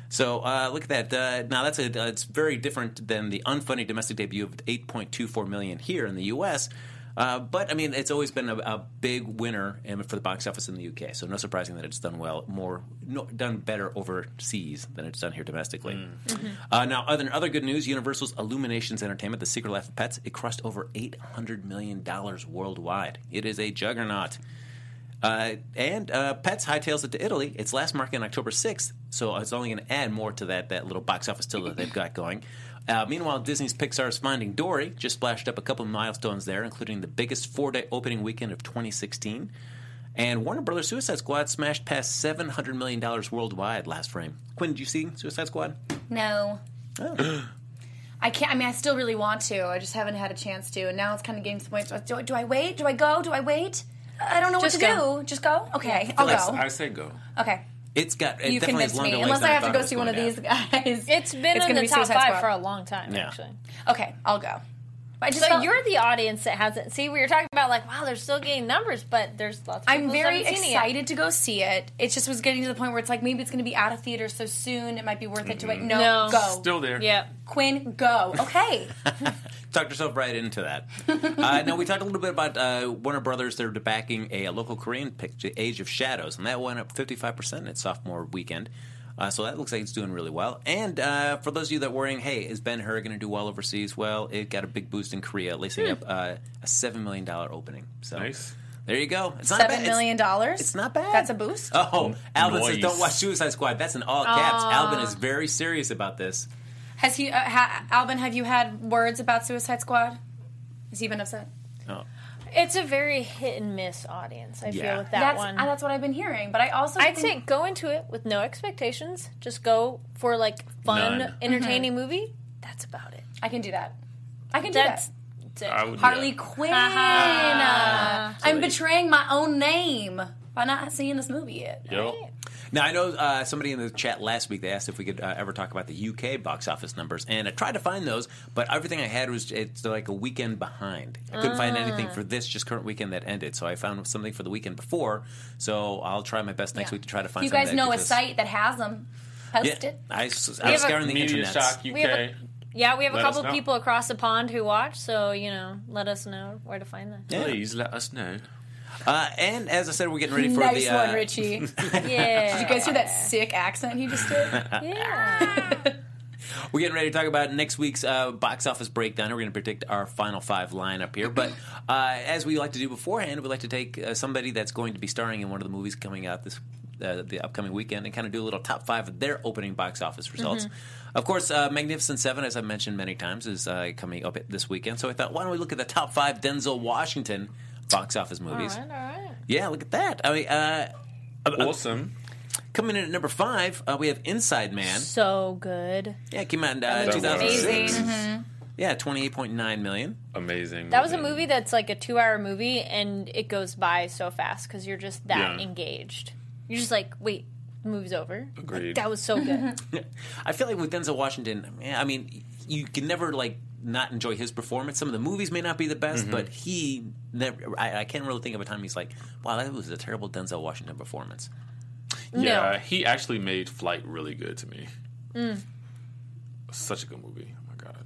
A: So uh, look at that. Uh, now that's a, uh, it's very different than the unfunny domestic debut of 8.24 million here in the U.S. Uh, but I mean, it's always been a, a big winner in- for the box office in the UK. So no surprising that it's done well, more no, done better overseas than it's done here domestically. Uh, now, other other good news: Universal's Illuminations Entertainment, The Secret Life of Pets, it crossed over 800 million dollars worldwide. It is a juggernaut. Uh, and uh, Pets hightails it to Italy. Its last market on October 6th, so it's only going to add more to that, that little box office till that they've got going. Uh, meanwhile, Disney's Pixar's Finding Dory just splashed up a couple of milestones there, including the biggest four day opening weekend of 2016. And Warner Brothers Suicide Squad smashed past $700 million worldwide last frame. Quinn, did you see Suicide Squad?
D: No.
A: [GASPS] Oh.
D: I can't. I mean, I still really want to. I just haven't had a chance to, and now it's kind of getting to the point. so Do, I- do I wait? Do I go? Do I wait? I don't know
E: Just
D: what to
E: go.
D: do. Just go. Okay, I'll
A: Let's-
D: go.
B: I say go.
D: okay,
A: It's got it
D: you
A: definitely has
D: convinced
A: longer
D: me.
A: legs
D: Unless
A: than
D: I have to
A: thought it
D: go
A: was
D: see one of
A: going
D: these
A: to
D: guys.
E: It's been
D: gonna
E: in the
D: be
E: top
D: Suicide
E: five
D: Squad.
E: for a long time,
A: Yeah.
E: actually.
D: Okay, I'll go. I just
E: So
D: felt-
E: you're the audience that hasn't. See, we were talking about like, wow, they're still getting numbers, but there's lots. of people
D: I'm
E: who
D: very
E: haven't seen it yet.
D: excited to go see it. It just was getting to the point where it's like maybe it's going to be out of theater so soon. It might be worth it to wait. No,
E: No.
D: go.
B: Still there.
E: Yep.
D: Quinn,
A: [LAUGHS]
D: go. Okay.
A: talked yourself right into
D: [LAUGHS]
A: that. uh, now we talked a little bit about uh, Warner Brothers. They're backing a, a local Korean picture, Age of Shadows, and that went up 55 percent in its sophomore weekend. Uh, so that looks like it's doing really well. And uh, for those of you that are worrying, hey, is Ben Hur going to do well overseas? Well, it got a big boost in Korea, lacing
D: Hmm.
A: up uh, a seven million dollar opening. So
B: Nice.
A: there you go. It's not
D: Seven
A: bad.
D: million
A: It's-
D: dollars.
A: It's not bad.
D: That's a boost.
A: Oh, Alvin says,
B: Nice.
A: "Don't watch Suicide Squad." That's in all caps. Alvin is very serious about this.
D: Has he, uh, ha, Alvin? Have you had words about Suicide Squad? Has he been upset?
A: Oh.
E: It's a very hit and miss audience. I
A: Yeah.
E: feel with that
D: that's
E: one.
D: uh, that's what I've been hearing. But I also
E: I'd say
D: think,
E: go into it with no expectations. Just go for like fun,
B: None.
E: entertaining
D: Mm-hmm.
E: movie. That's about it.
D: I can do that. I can do
E: That's
D: that.
E: that's it.
B: I would,
D: Harley
B: yeah.
D: Quinn.
E: Ah.
D: I'm betraying my own name by not seeing this movie yet.
B: Yep.
A: Now I know uh, somebody in the chat last week they asked if we could uh, ever talk about the UK box office numbers, and I tried to find those, but everything I had was it's like a weekend behind. I couldn't find anything
D: Ah.
A: for this just current weekend that ended, so I found something for the weekend before. So I'll try my best next
D: Yeah.
A: week to try to
D: If
A: find.
D: you
A: something
D: guys
A: that
D: know a
A: gives us-
D: site that has them. Post
A: Yeah,
D: it.
A: I, s- I
E: We
A: was
E: have a-
A: scouring the
B: Media
A: internet.
B: Shock UK.
E: We have a Yeah, we have
B: Let
E: a
B: us
E: couple
B: know.
E: people across the pond who watch, so you know, let us know where to find
B: [LAUGHS]
E: them.
A: Yeah.
B: Please let us know.
A: Uh, and as I said, we're getting ready for
D: Nice
A: the. Uh,
D: one,
B: [LAUGHS]
D: Richie. Did
E: Yeah.
D: you guys hear that sick accent he just
B: [LAUGHS]
D: did?
E: Yeah.
A: We're getting ready to talk about next week's uh, box office breakdown. We're going to predict our final five lineup here. But uh, as we like to do beforehand, we like to take uh, somebody that's going to be starring in one of the movies coming out this uh, the upcoming weekend and kind of do a little top five of their opening box office results.
E: Mm-hmm.
A: Of course, uh, Magnificent Seven, as I've mentioned many times, is uh, coming up this weekend. So I thought, why don't we look at the top five Denzel Washington box office movies?
E: all right.
A: Yeah, look at that. I mean, uh,
B: Awesome.
A: coming in at number five, uh, we have Inside Man.
E: So good.
A: Yeah, it came out in uh,
B: That was
A: 2006.
E: amazing.
D: Mm-hmm.
A: Yeah, 28.9 million.
B: Amazing.
E: That was a movie that's like a two-hour movie, and it goes by so fast because you're just that
B: Yeah.
E: engaged. You're just like, wait, the movie's over. Like,
B: Agreed.
E: that was so good.
D: [LAUGHS]
A: I feel like with Denzel Washington, man, I mean, you can never like not enjoy his performance. Some of the movies may not be the best,
B: Mm-hmm.
A: but he never. I, I can't really think of a time he's like, "Wow, that was a terrible Denzel Washington performance."
B: Yeah,
E: No.
B: he actually made Flight really good to me. Mm. Such a good movie. Oh my god.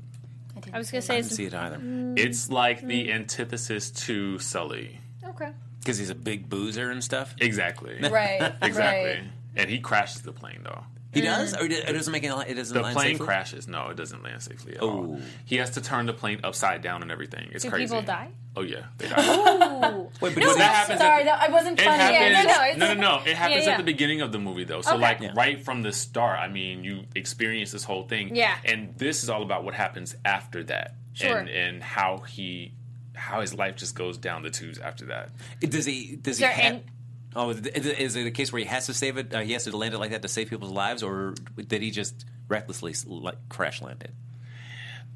E: I was gonna say
A: I
E: it's
A: didn't see it either
B: It's like the antithesis to Sully.
E: okay.
A: because he's a big boozer and stuff.
B: Exactly.
D: Right.
B: [LAUGHS] Exactly.
D: Right.
B: And he crashes the plane though.
A: He does, or it doesn't make it. It doesn't.
B: The
A: land
B: plane
A: safely?
B: crashes. No, it doesn't land safely at all.
A: Oh.
B: He has to turn the plane upside down and everything. It's
E: Do
B: crazy.
E: people die?
B: Oh yeah, they die.
A: Wait, but
B: No,
A: does
B: that
A: that
D: [LAUGHS]
B: happens.
D: Sorry,
B: at
D: that I wasn't
B: the, it
D: funny.
B: happens.
E: no, it's-
B: no, no, no, It happens
E: yeah.
B: at the beginning of the movie though. So
E: Okay.
B: like
E: Yeah.
B: right from the start, I mean, you experience this whole thing.
E: Yeah.
B: And this is all about what happens after that.
E: Sure.
B: And and how he how his life just goes down the tubes after that.
A: happen? Does he? Does he?
E: there
A: Ha-
E: an-
A: oh, is it- is it a case where he has to save it? Uh, he has to land it like that to save people's lives, or did he just recklessly like crash land it?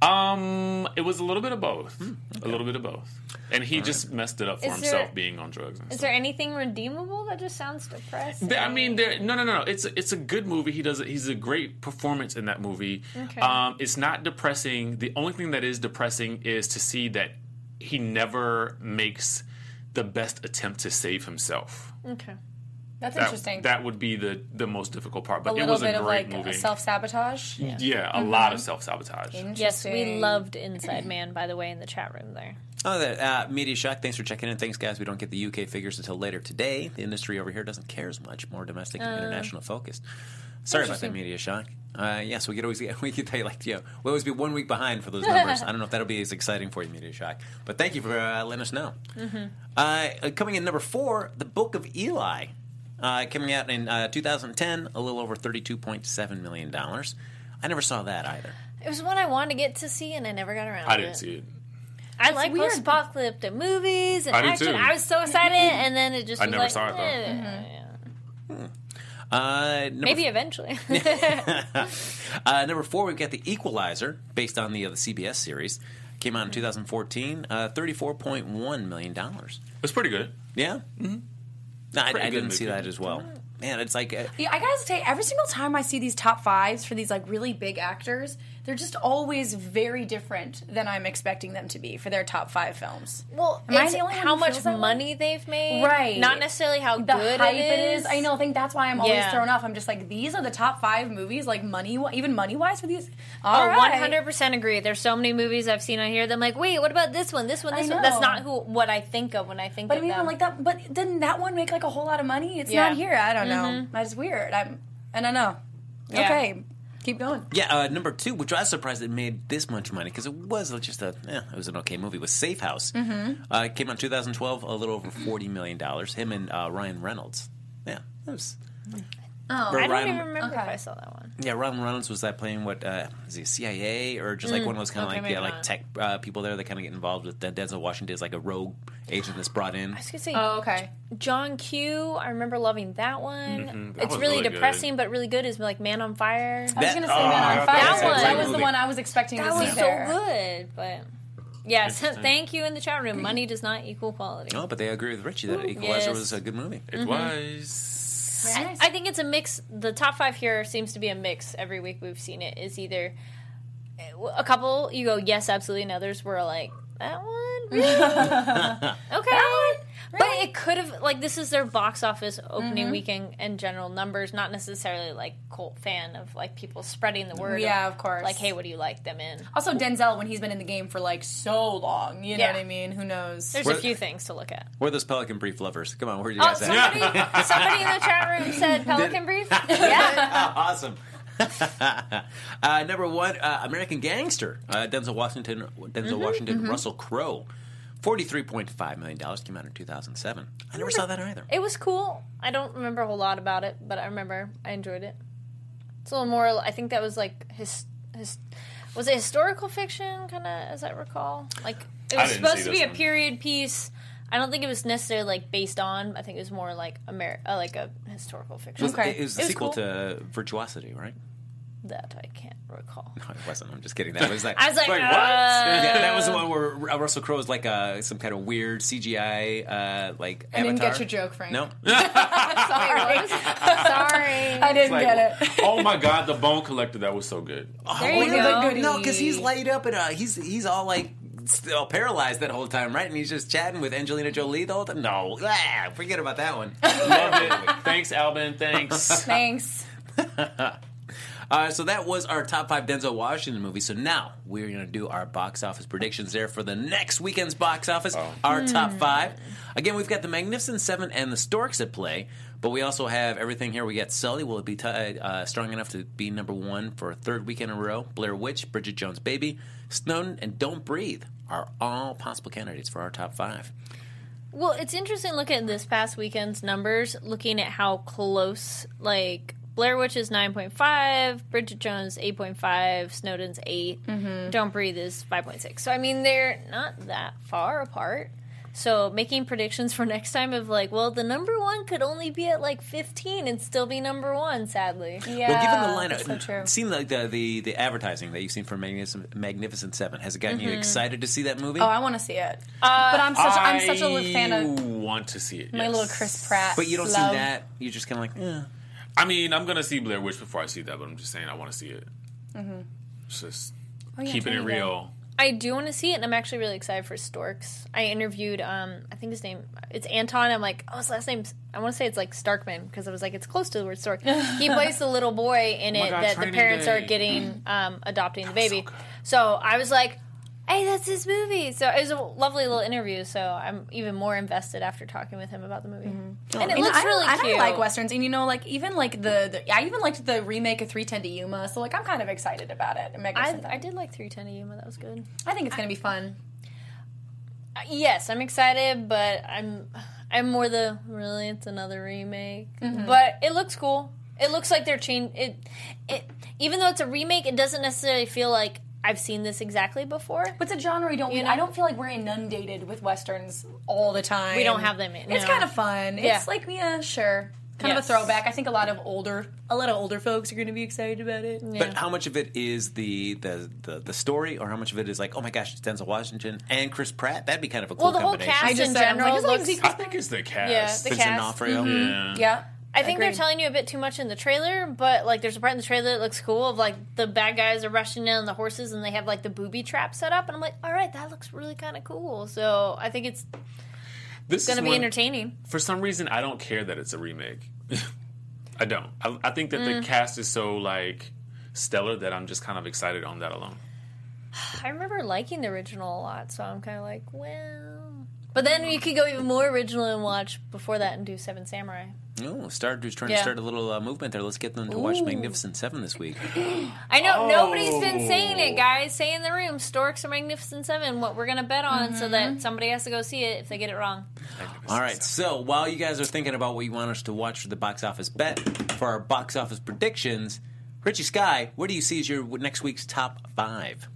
B: Um, it was a little bit of both. A little bit of both. And he just messed it up for
E: Is there-
B: himself being on drugs. And
E: Is
B: stuff.
E: there anything redeemable that just sounds depressing?
B: Th- I mean,
D: Um,
B: there, no, no, no, no. It's a, it's a good movie. He does it. He's a great performance in that movie.
E: Okay.
B: Um, it's not depressing. The only thing that is depressing is to see that he never makes the best attempt to save himself.
E: okay.
D: That's
B: That,
D: interesting.
B: That would be the the most difficult part.
D: a
B: But it
D: little
B: was
D: bit
B: a
D: of
B: great
D: like
B: movie.
D: self mm-hmm. sabotage.
B: yeah, a lot of self sabotage.
E: Yes, we loved Inside Man, by the way, in the chat room there.
A: Oh, that, uh, Media Shock, thanks for checking in. Thanks, guys. We don't get the UK figures until later today. The industry over here doesn't care as much, more domestic and international focused. Sorry about that, Media Shock. Uh, yeah, so we could always get, [LAUGHS] we could tell you, like, you know, we'll always be one week behind for those numbers. I don't know if that'll be as exciting for you, Media Shock. But thank you for uh, letting us know. Uh, coming in number four, The Book of Eli, uh, coming out in uh, 2010, a little over $32.7 million. I never saw that either.
E: It was one I wanted to get to see, and I never got around.
B: I
E: to
B: didn't see it.
E: I like
D: weird.
E: post-apocalyptic movies and
B: I do
E: action.
B: too.
E: I was so [LAUGHS] excited, and then it just
B: I
E: was
B: never
E: like,
B: saw it, though.
E: eh,
A: Uh, number
E: maybe eventually.
B: [LAUGHS]
A: Uh, number four, we've got The Equalizer, based on the, uh, the CBS series. Came out in 2014, uh, $34.1 million.
B: It's pretty good.
A: Yeah? Mm-hmm. No, I, I
B: Pretty
A: didn't
B: good
A: see
B: movie.
A: that as well. Man, it's like, uh,
D: Yeah, I gotta say, every single time I see these top fives for these like really big actors, they're just always very different than I'm expecting them to be for their top five films.
E: well,
D: Am I
E: it's
D: the only one
E: how
D: who
E: much
D: feels that way?
E: money they've made,
D: Right.
E: Not necessarily how
D: the
E: good
D: hype it is. I know. I think that's why I'm always
E: Yeah.
D: thrown off. I'm just like, these are the top five movies, like money, even money wise, for these.
E: Oh,
D: All right.
E: 100% agree. There's so many movies I've seen on here that I'm like, wait, what about this one? This one,
D: I
E: this one.
D: know.
E: That's not who what I think of when I think
D: But I
E: of
D: mean,
E: them.
D: even like that. But didn't that one make like a whole lot of money? It's
E: Yeah. Mm-hmm.
D: not here. I don't know. That's weird. I'm. I don't know.
E: Yeah.
D: Okay, keep going.
A: yeah, uh, number two, which I was surprised it made this much money because it was just a, eh, it was an okay movie, was Safe House. Mm-hmm. Uh, it came out in 2012, a little over $40 million. Him and uh, Ryan Reynolds. Yeah, that was. Oh,
E: I don't even remember if
D: Okay.
E: I saw that one.
A: Yeah, Ron Reynolds was that playing what uh, is he CIA or just like one of those kind of
E: Mm, okay,
A: like yeah,
E: maybe
A: like
E: not.
A: tech uh, people there that kind of get involved with that. Denzel Washington is like a rogue agent that's brought in.
E: Oh, I was gonna say
D: okay.
E: John Q. I remember loving that one.
B: Mm-hmm. that
E: it's
B: was
E: really,
B: really good.
E: depressing, but really good. Is like Man on Fire.
D: I was
A: That-
D: gonna say Man on Fire.
E: that
D: That,
E: was-
D: was the
A: movie.
D: one I was expecting
E: That
D: to see
E: was
D: there.
E: so good, but yes, [LAUGHS]
B: Interesting. Oh,
E: thank you in the chat room.
D: [LAUGHS]
E: Money does not equal quality.
A: No, but they agree with Richie that Equalizer
E: yes.
A: was a good movie.
D: Mm-hmm.
B: It was.
D: Very nice.
E: I think it's a mix. The top five here seems to be a mix. Every week we've seen it is either a couple you
D: [LAUGHS]
E: go yes absolutely, and others were like that one really okay, but it could have like this is their box office opening
D: Mm-hmm.
E: weekend and general numbers, not necessarily like cult fan of like people spreading the word.
D: Yeah, of course.
E: Like, hey, what do you like them in?
D: Also, Denzel, when he's been in the game for like so long, you know
E: Yeah.
D: what I mean? Who knows?
E: There's
A: We're-
E: a few things to look at.
A: We're those Pelican Brief lovers. Come on, where are you
E: Oh,
A: guys at?
E: somebody, somebody in the chat room said Pelican Brief. Yeah.
A: Ah, [LAUGHS] awesome. [LAUGHS] uh, number one, uh, American Gangster. Uh, Denzel Washington, Denzel
E: Mm-hmm,
A: Washington, Russell Crowe. Forty-three point five million dollars came out in two thousand seven. I never saw that either.
E: It was cool. I don't remember a whole lot about it, but I remember I enjoyed it. It's a little more. I think that was like his. his was it historical fiction? Kind of, as I recall, like it
B: I
E: was
B: didn't see
E: supposed to be
B: this
E: a
B: one.
E: period piece. I don't think it was necessarily like based on. I think it was more like Ameri- uh, like a historical fiction.
D: Okay.
A: It was the
E: It was
A: sequel
E: cool.
A: to Virtuosity, right? [LAUGHS]
E: That I can't recall.
A: No, it wasn't. I'm just kidding. That was like
E: I was like,
A: Wait,
E: uh,
A: what? yeah, that was the one where uh, Russell Crowe was like uh, some kind of weird CGI, uh, like.
D: I didn't
A: avatar.
D: get your joke, Frank.
A: No,
D: [LAUGHS] Sorry. I
E: Sorry.
D: didn't
B: Like,
A: [LAUGHS]
D: get it.
B: oh my god, the Bone Collector that was so good.
E: There
A: Oh,
E: you
A: yeah,
E: go.
D: the
A: No, because he's
D: goodie.
A: laid up and uh, he's he's all like still paralyzed that whole time, right? And he's just chatting with Angelina Jolie the whole time. No, ah, forget about that
D: [LAUGHS]
A: one.
B: Love it. Thanks, Alvin. Thanks.
D: Thanks.
A: uh, so that was our top five Denzel Washington movies. So now we're gonna do our box office predictions there for the next weekend's box office. Our
D: Hmm.
A: top five. Again, we've got the Magnificent Seven and the Storks at play. But we also have everything here. We got Sully. Will it be tied, uh, strong enough to be number one for a third weekend in a row? Blair Witch, Bridget Jones' Baby, Snowden, and Don't Breathe are all possible candidates for our top five.
E: Well, it's interesting looking at this past weekend's numbers, looking at how close, like, Blair Witch is 9.5, Bridget Jones 8.5, Snowden's 8, Don't Breathe is 5.6. So, I mean, they're not that far apart. So, making predictions for [LAUGHS] next time of like, well, the number one could only be at like 15 and still be number one, sadly.
D: Yeah.
A: well, given the lineup,
D: that's so true.
A: it seemed like the, the, the advertising that you've seen for Magnificent, Magnificent Seven has it gotten you excited to see that movie?
D: Mm-hmm. Oh, I want to see it.
E: Uh,
D: but I'm such I'm such a little fan of
B: want to see it.
D: my
B: yes.
D: little Chris Pratt.
A: but you don't
D: love.
A: see that. You're just kind of like, eh.
B: I mean, I'm gonna see Blair Witch before I see that, but I'm just saying I want to see it. It's just
D: Mm-hmm. Oh, yeah,
B: keeping
D: there
B: it
D: you go.
B: real.
E: I do want to see it, and I'm actually really excited for Storks. I interviewed, um, I think his name, it's Anton. I'm like, oh, his last name's, I want to say it's like Starkman because I was like, it's close to the word Stork.
B: [LAUGHS]
E: he plays the little boy in it
B: Oh God,
E: that the
B: Training
E: parents
B: Day.
E: are
B: [CLEARS THROAT]
E: getting, um, adopting the baby. So, I was like, hey, that's his movie. So it was a lovely little interview. So I'm even more invested after talking with him about the movie. And it
D: You know, Mm-hmm.
E: looks
D: I don't-
E: really
D: I don't
E: cute.
D: like westerns, and you know, like even like the, the I even liked the remake of Three Ten to Yuma, so like I'm kind of excited about it.
E: I,
D: Magnificent
E: I
D: Seven.
E: did like 310 to Yuma. That was good.
D: I think it's gonna be fun.
E: Yes, I'm excited, but I'm I'm more the really it's another remake. But it looks cool. It looks like they're changing it it even though it's a remake, it doesn't necessarily feel like I've seen this exactly before.
D: But it's a genre you don't.
E: You know?
D: I don't feel like we're inundated with westerns all the time.
E: We don't have them in-
D: It's
E: no.
D: kind of fun.
E: Yeah.
D: It's like yeah, sure, kind of a
E: Yes.
D: throwback. I think a lot of older, a lot of older folks are going to be excited about it.
A: But how much of it is the, the the the story, or how much of it is like, oh my gosh, it's Denzel Washington and Chris Pratt? That'd be kind of a cool
E: Well, the whole
A: combination.
E: cast
D: I just
E: in
D: said, I was
E: general
D: like, it's like
E: looks.
D: Zeke-
B: I think it's the cast.
E: yeah, the
A: Vincent
E: cast.
A: D'Onofrio.
B: yeah.
D: Mm-hmm. Yeah,
E: I think they're
D: Agreed.
E: telling you a bit too much in the trailer, but like there's a part in the trailer that looks cool of like the bad guys are rushing in on the horses and they have like the booby trap set up, and I'm like, all right, that looks really kind of cool. So I think it's
B: This
E: gonna
B: is
E: be
B: one-
E: entertaining.
B: For some reason, I don't care that it's a remake. [LAUGHS] I don't. I, I think that
D: Mm.
B: the cast is so like stellar that I'm just kind of excited on that alone.
E: I remember liking the original a lot, so I'm kind of like, well. But then you could go even more original and watch before that and do Seven Samurai.
A: Oh, Star who's trying to
E: Yeah.
A: start a little uh, movement there. Let's get them to watch Magnificent Seven this week.
E: I know
B: Oh.
E: nobody's been saying it, guys. Say in the room, Storks or Magnificent Seven, what we're gonna bet on, so that somebody has to go see it if they get it wrong.
A: All right, so while you guys are thinking about what you want us to watch for the box office bet for our box office predictions, Richie Sky, what do you see as your next week's top five?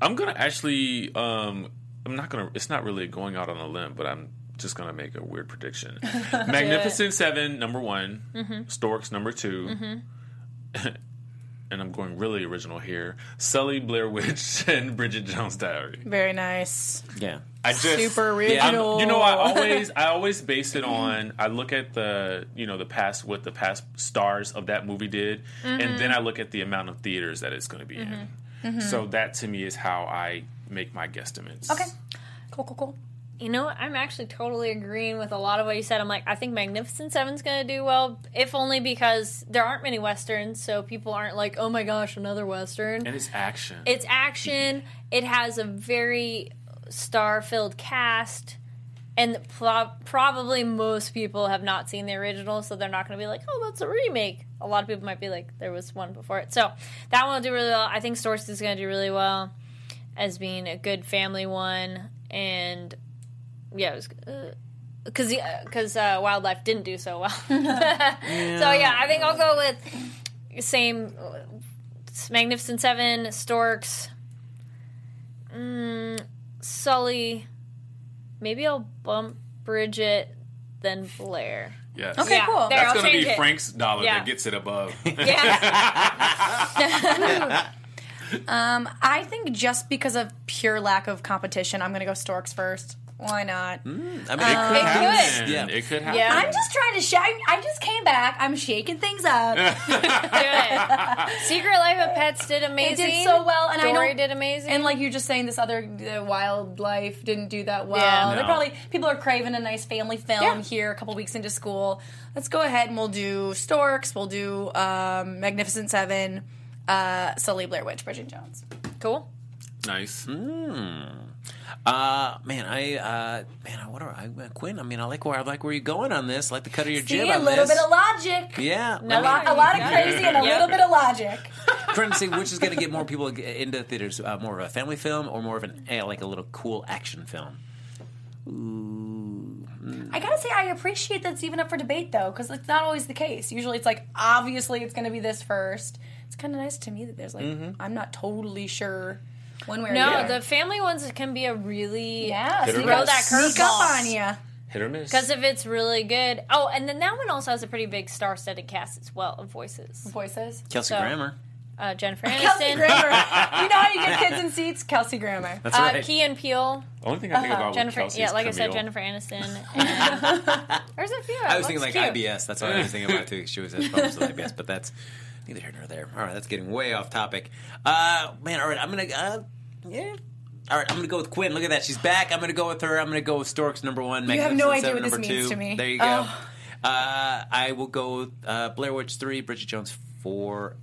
B: I'm gonna actually. Um, I'm not gonna. It's not really going out on a limb, but I'm just gonna make a weird prediction. Magnificent Seven, number one. Storks, number 2 [LAUGHS] and I'm going really original here. Sully, Blair Witch, [LAUGHS] and Bridget Jones' Diary.
D: very nice,
A: Yeah,
B: I just
D: super
A: I'm-
D: original.
B: you know, I always I always base it on I look at the you know the past what the past stars of that movie did,
E: Mm-hmm.
B: and then I look at the amount of theaters that it's going to be in. So that to me is how I make my guesstimates.
D: Okay. Cool, cool, cool.
E: You know, what? I'm actually totally agreeing with a lot of what you said. I'm like, I think Magnificent Seven's going to do well, if only because there aren't many westerns, so people aren't like, oh my gosh, another western.
B: and it's action.
E: It's action. It has a very star-filled cast, and pro- probably most people have not seen the original, so they're not going to be like, "Oh, that's a remake." A lot of people might be like, "There was one before it." So that one will do really well. I think Source is going to do really well as being a good family one, and yeah, it was. because because uh, wildlife didn't do so well, [LAUGHS] so yeah, I think I'll go with same Magnificent Seven, Storks, mm, Sully. Maybe I'll bump Bridget, then Blair.
B: yes.
D: Okay,
E: Yeah,
D: cool.
E: there- I'll
B: That's going to be
E: change it.
B: Frank's dollar
E: Yeah.
B: that gets
E: [LAUGHS]
B: it above. [LAUGHS]
E: Yeah,
D: Um, I think just because of pure lack of competition, I'm going to go Storks first. Why not?
A: I mean,
E: Uh,
B: It could happen.
A: Yeah.
B: It could happen.
E: Yeah.
D: I'm just trying to shake. I just came back. I'm shaking things up.
E: do it. Secret Life of Pets did amazing.
D: so well, and I
E: Dory
D: don't-
E: did amazing.
D: And like you're just saying, this other uh, wildlife didn't do that well.
E: Yeah.
D: They
B: No.
D: probably people are craving a nice family film
E: Yeah.
D: here. A couple weeks into school, let's go ahead and we'll do Storks. We'll do um, Magnificent Seven, uh, Sully, Blair Witch, Bridget Jones.
E: cool.
B: Nice.
A: Uh, man, I uh, man, I wonder, I, uh, Quinn. I mean, I like where I like where you're going on this. I like the cut of your
D: See
A: jib
D: a
A: on
D: little
A: this.
D: bit of logic.
A: yeah,
E: No,
A: I
D: A lot, a lot of crazy and a
E: Yeah.
D: little bit of logic.
A: trying to see which is going to get more people g- into theaters, uh, more of a family film or more of an eh, like a little cool action film.
D: I gotta say, I appreciate that's even up for debate though, because it's not always the case. Usually, it's like obviously it's gonna be this first. It's kind of nice to me that there's like
B: Mm-hmm.
D: I'm not totally sure one way or
E: No,
D: the other.
E: the family ones can be a really
D: yeah,
B: Hit or
D: sneak
B: miss.
D: up-
E: that
D: sneak
E: curveball.
D: up on you.
B: Hit or miss.
E: because if it's really good. Oh, and then that one also has a pretty big star-studded cast as well of voices.
D: Voices.
A: Kelsey
E: So-
A: Grammer.
E: Uh, Jennifer
D: Kelsey
E: Aniston,
D: Grammer. [LAUGHS] you know how you get kids in seats? Kelsey Grammer.
A: That's
E: uh,
A: right.
E: Key and Peele.
B: Only thing I think about
E: Uh-huh. Jennifer,
B: with Kelsey
E: yeah,
B: is
E: like I said,
B: Camille.
E: Jennifer Aniston. And
A: [LAUGHS]
E: there's a few.
A: I was thinking like IBS. That's what I was thinking about too. She was has problems with
D: [LAUGHS]
A: IBS, but that's neither here nor there. All right, that's getting way off topic. Uh, man, all right, I'm gonna uh, yeah. All right, I'm gonna go with Quinn. Look at that, she's back. I'm gonna go with her. I'm gonna go with Storks number one. You
D: have no idea what this means to me.
A: There you go. Uh, I will go with, uh, Blair Witch three, Bridget Jones four,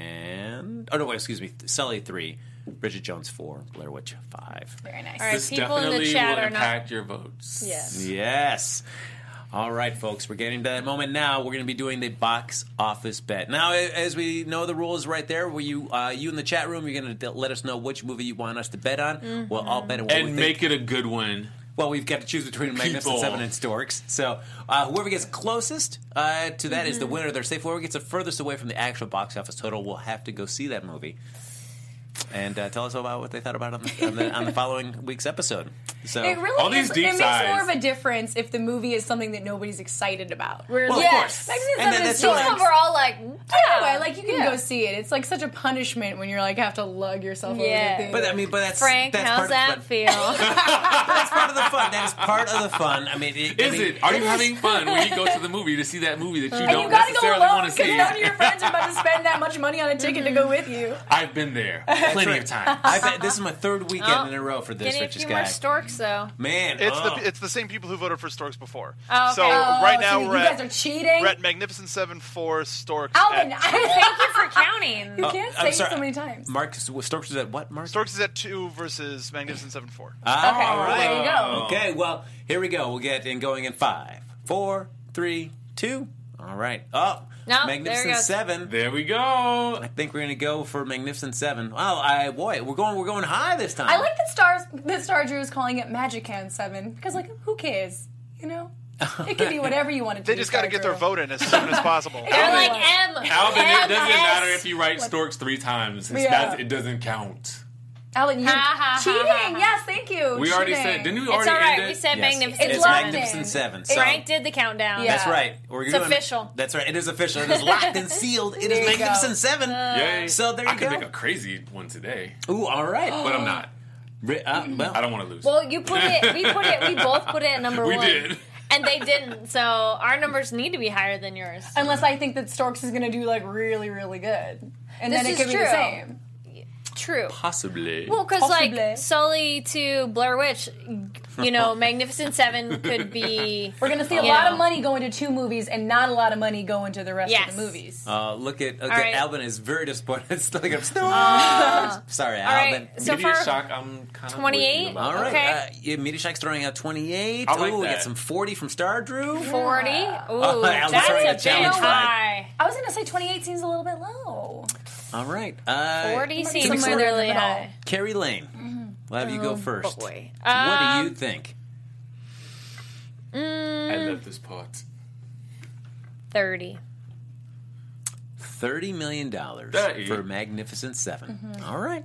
A: and oh no, wait, excuse me, Sully three, Bridget Jones four, Blair Witch five.
D: Very nice.
E: All right,
B: This
E: people in
B: definitely
E: the chat
B: will
E: are
B: impact
E: not.
B: your votes.
E: Yes.
A: Yes. All right, folks, we're getting to that moment now. We're going to be doing the box office bet. Now, a- as we know, the rules right there. Where you, uh, you in the chat room, you're going to let us know which movie you want us to bet on.
E: Mm-hmm.
A: We'll all bet on what we
B: And
A: think.
B: make it a good one.
A: Well, we've got to choose between Magnificent
B: People.
A: Seven and Storks. So uh, whoever gets closest uh, to that is
E: Mm-hmm.
A: the winner. They're safe. Whoever gets the furthest away from the actual box office total will have to go see that movie. And uh, tell us about what they thought about it on the, on the, on
E: [LAUGHS]
A: the following week's episode. So
D: It really
B: All these
D: is,
B: deep
D: it makes
B: sighs.
D: more of a difference if the movie is something that nobody's excited about. Whereas
A: Well, of
D: like,
A: course.
D: Magnificent
A: And then
D: Seven is
A: that's
D: so
A: what
E: Some
A: I'm
E: of them are all like, yeah,
D: Anyway, like you can
E: Yeah.
D: go see it. It's like such a punishment when you're like have to lug yourself over
E: Yeah.
D: to the
A: but
D: theater.
A: I mean, but that's
E: Frank,
A: that's
E: how's
A: part
E: that
A: of, but-
E: [LAUGHS] feel?
A: that's part of the fun. That is part of the fun. I mean, it, I
B: Is
A: mean,
B: it? Are
E: [LAUGHS]
B: you having fun when you go to the movie to see that movie that you
D: and
B: don't
D: you gotta go
B: necessarily
D: alone
B: want to
D: because
B: see?
D: none of your friends are about to spend that much money on a ticket to go with you.
B: I've
E: [LAUGHS]
B: been there plenty
A: right.
B: of times.
A: I bet this is my third weekend
E: Oh,
A: in a row for this
E: Getting a
A: richest
E: few more
A: guy.
E: storks though.
A: Man,
F: It's
A: oh.
F: the it's the same people who voted for Storks before.
E: Oh, okay.
F: So
E: Oh,
F: right
D: Oh,
F: now
D: so you
F: we're,
D: guys
F: at,
D: are cheating.
F: we're at Magnificent Seven Four Storks.
D: Alvin,
F: at-
D: [LAUGHS] I
E: Thank you for counting. [LAUGHS]
D: you
B: Oh,
D: can't
A: I'm
D: say it
A: sorry.
D: so many times.
A: Mark Storks is at what? Mark
F: Storks is at two versus Magnificent Seven Four.
A: Ah,
D: Okay,
A: all right.
D: there you go.
A: Oh. Okay, well, here we go. We'll get in going in five, four, three, two. All right. Oh,
E: No,
A: Magnificent
E: there it goes.
A: Seven.
B: There we go.
A: I think we're gonna go for Magnificent Seven. Wow, I boy, we're going we're going high this time.
D: I like that stars that Star Drew is calling it Magic Hand Seven because like who cares? You know, it
B: [LAUGHS]
D: can be whatever you want it to.
F: They
D: be,
F: just got
D: Star
F: to get their
D: Drew.
F: vote in as soon as
D: [LAUGHS]
F: possible.
E: They're
D: Alvin.
E: like M.
B: Alvin,
E: M,
B: it doesn't
E: S.
B: matter if you write storks three times. It's
D: Yeah.
B: that's- it doesn't count.
D: Alan, you
E: Ha, ha, ha,
D: cheating?
E: ha, ha.
D: Yes, thank you.
B: We already
D: Cheating.
B: said. Didn't we
E: Oh, It's
B: already
E: all right.
B: end
E: We
B: it?
E: said
A: Yes.
E: Magnificent
A: It's,
D: locked
E: Seven.
A: Magnificent
D: in.
A: Seven. So
E: Frank did the countdown.
D: Yeah.
A: that's right. We're
E: It's
A: doing-
E: official.
A: That's right. It is official. It is locked and sealed. It is
D: There you go.
A: Magnificent Seven.
E: uh,
B: Yay.
A: So there
B: I
A: you
B: could
A: go.
B: make a crazy one today,
A: Ooh, all right.
B: but [GASPS] I'm not.
A: Ri- uh, well,
B: I don't want to lose.
E: Well, you put it. We put it. We both put it
A: [LAUGHS]
E: at number
B: We
E: one.
B: did.
E: And they didn't. So our numbers need to be higher than yours.
D: Unless I think that Storks is going to do like really, really good, and
E: This
D: then it
E: is
D: could be
E: true.
D: the same.
E: true.
B: Possibly.
E: Well, because
D: Possibly.
E: like Sully to Blair Witch,
A: [LAUGHS]
E: you know, Magnificent Seven could be.
D: We're gonna see a
E: you
D: lot
E: know.
D: of money going to two movies and not a lot of money going to the rest
E: Yes.
D: of the movies.
A: Uh, look at okay,
E: right. Uh,
A: Alvin is very disappointed. [LAUGHS] It's like
E: [LAUGHS]
A: I'm still sorry,
E: right,
A: Alvin.
E: so
B: Meteor
E: far-
B: Shock, I'm kind of
E: 28?
A: All right,
E: Okay.
A: uh, yeah, Media Shack's throwing out 28.
B: I like
A: Ooh, we
B: that.
A: got some 40 from Star Drew.
E: 40? Ooh,
A: [LAUGHS] Oh, I was throwing a
E: that's a bit
A: challenge flag.
E: high.
D: I was gonna say 28 seems a little bit low.
A: All right, uh,
D: Somebody
E: 40 seems
D: somewhere in the
E: really
D: middle.
E: high.
A: Carrie Lane. We'll have you go first.
E: Mm-hmm. Oh, boy. um,
A: What do you think?
B: I
E: Mm.
B: love this part.
A: [LAUGHS]
E: 30.
A: Thirty million dollars
B: That is-
A: for Magnificent 7 All right,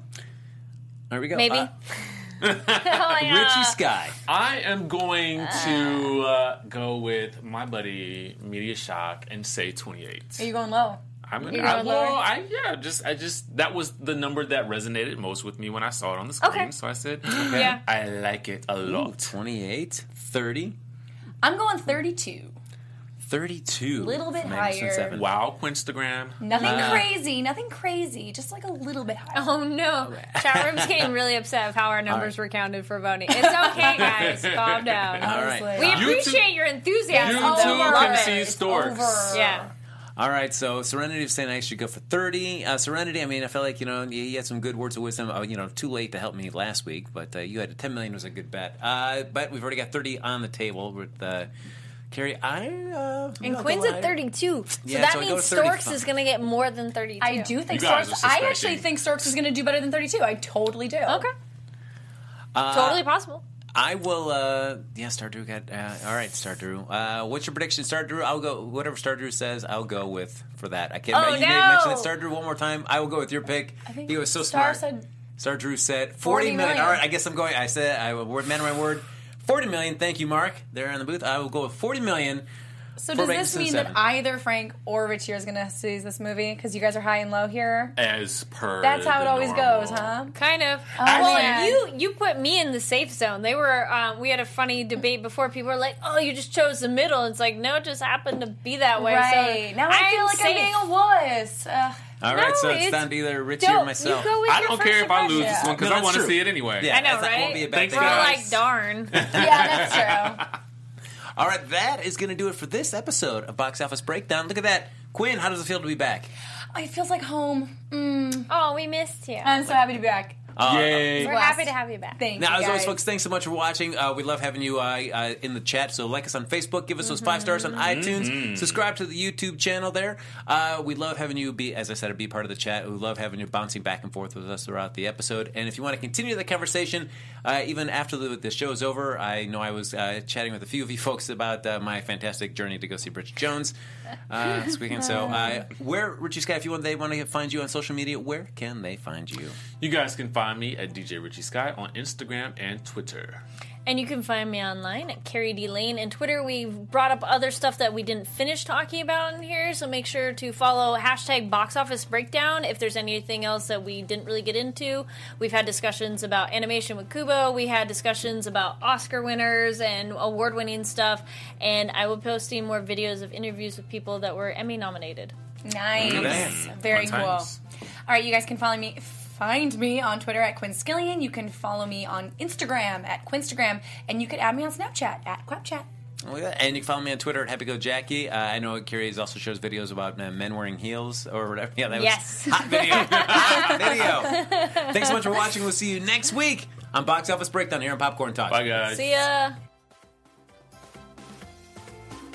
A: there we go.
E: Mm-hmm. Maybe.
A: Uh,
E: [LAUGHS] Oh, yeah.
A: Richie Sky.
B: I am going
D: Ah.
B: to uh, go with my buddy Media Shock and say 28.
D: Are you going low?
B: I'm gonna,
E: You're
B: I,
E: going
B: well,
E: lower?
B: I yeah, just I just that was the number that resonated most with me when I saw it on the screen.
E: Okay.
B: So I said,
E: Yeah.
B: I like it a lot.
A: 28, 30,
D: I'm going 32.
A: 32.
D: Little bit
A: Magnificent
D: higher.
A: Seven.
B: Wow, Quinstagram.
D: Nothing crazy. Nothing crazy. Just like a little bit higher.
E: Oh no! Chat room's getting really upset
A: [LAUGHS]
E: of how our numbers were counted for voting. It's okay, guys. Calm down.
A: All right.
E: We
D: Honestly.
B: You
E: appreciate your enthusiasm.
B: You
E: though.
B: too
E: Love
B: can
E: it.
B: see storks.
D: over.
E: Yeah.
A: All right, so Serenity of St. Ice should go for 30. Uh, Serenity, I mean, I felt like, you know, you, you had some good words of wisdom. Uh, you know, too late to help me last week, but uh, you had 10 million was a good bet. Uh, but we've already got 30 on the table with uh, Carrie. I. Uh, I'm
E: And
A: not
E: Quinn's
A: gonna
E: at
A: lie.
E: 32. So
A: Yeah,
E: that
A: so I go
E: means
A: to 35.
E: Storks is going to get more than 32.
D: I do think
B: You guys
D: Storks.
B: are
D: I
B: suspecting.
D: actually think Storks is going to do better than 32. I totally do.
E: Okay. totally possible.
A: Uh, I will. Uh, yeah, Star Drew got. Uh, all right, Star Drew. Uh, what's your prediction, Star Drew? I'll go. Whatever Star Drew says, I'll go with for that. I can't.
E: Oh,
A: you may
E: no.
A: mention that Star Drew one more time. I will go with your pick. He was so
D: Star
A: smart.
D: said-
A: Star Drew said
D: 40
A: forty million.
D: million.
A: All right, I guess I'm going. I said I word man of my word. Forty million. Thank you, Mark. There in the booth. I will go with forty million.
D: So
A: For
D: does this
A: Magnificent
D: mean
A: Seven.
D: that either Frank or Richie is going to see this movie because you guys are high and low here?
B: As per
D: That's how it
B: the
D: always
B: normal.
D: goes, huh?
E: Kind of.
D: Oh, man.
E: well, you you put me in the safe zone. They were. Um, we had a funny debate before. People were like, "Oh, you just chose the middle." It's like, no, it just happened to be that way.
D: Right.
E: So
D: now I feel
E: am
D: like
E: safe.
D: I'm being a wuss. Uh,
B: [LAUGHS]
A: All
E: No,
A: right, so it's
E: it's-
A: down to either Richie
E: Don't-
A: or myself.
E: You go with
B: I
E: your
B: don't
E: first
B: care if I lose
E: impression.
B: this one because
A: No,
B: I
A: that's
B: want
A: true.
B: to see it anyway.
A: yeah,
E: I know,
A: that's- that won't
E: right?
A: be a bad
B: Thanks,
A: thing.
E: We're
B: guys.
E: like,
B: [LAUGHS]
E: darn.
D: yeah, that's true.
A: All right, that is going to do it for this episode of Box Office Breakdown. Look at that, Quinn. How does it feel to be back?
D: it feels like home. Mm.
E: oh, we missed you.
D: I'm so happy to be back.
B: Yay.
E: We're
D: blessed.
E: happy to have you back.
D: Thank
A: Now,
D: you.
A: as always,
D: guys.
A: folks, thanks so much for watching. Uh, we love having you uh, uh, in the chat. So, like us on Facebook, give us those five stars on iTunes, subscribe to the YouTube channel there. Uh, we love having you be, as I said, be part of the chat. We love having you bouncing back and forth with us throughout the episode. And if you want to continue the conversation, uh, even after the, the show's over, I know I was uh, chatting with a few of you [LAUGHS] folks about uh, my fantastic journey to go see Bridget Jones uh, this weekend. So, uh, where, Richie Sky, if you want, they want to find you on social media, where can they find you?
B: You guys can find me at DJ Richie Sky on Instagram and Twitter.
E: And you can find me online at Carrie D Lane and Twitter. We brought up other stuff that we didn't finish talking about in here, so make sure to follow hashtag Box Office Breakdown if there's anything else that we didn't really get into. We've had discussions about animation with Kubo. We had discussions about Oscar winners and award-winning stuff. And I will be posting more videos of interviews with people that were Emmy nominated.
D: Nice.
A: Man.
D: Very
B: Fun
D: cool. All
B: times.
D: right, you guys can follow me. Find me on Twitter at Quinskillian. You can follow me on Instagram at Quinstagram, and you can add me on Snapchat at Quapchat.
A: Look at that. And you can follow me on Twitter at Happy Go Jackie. Uh, I know Carrie's also shows videos about uh, men wearing heels or whatever. [LAUGHS] Yeah, that
E: Yes.
A: was hot video. hot video. Thanks so much for watching. We'll see you next week on Box Office Breakdown here on Popcorn Talk.
B: Bye, guys.
E: See ya.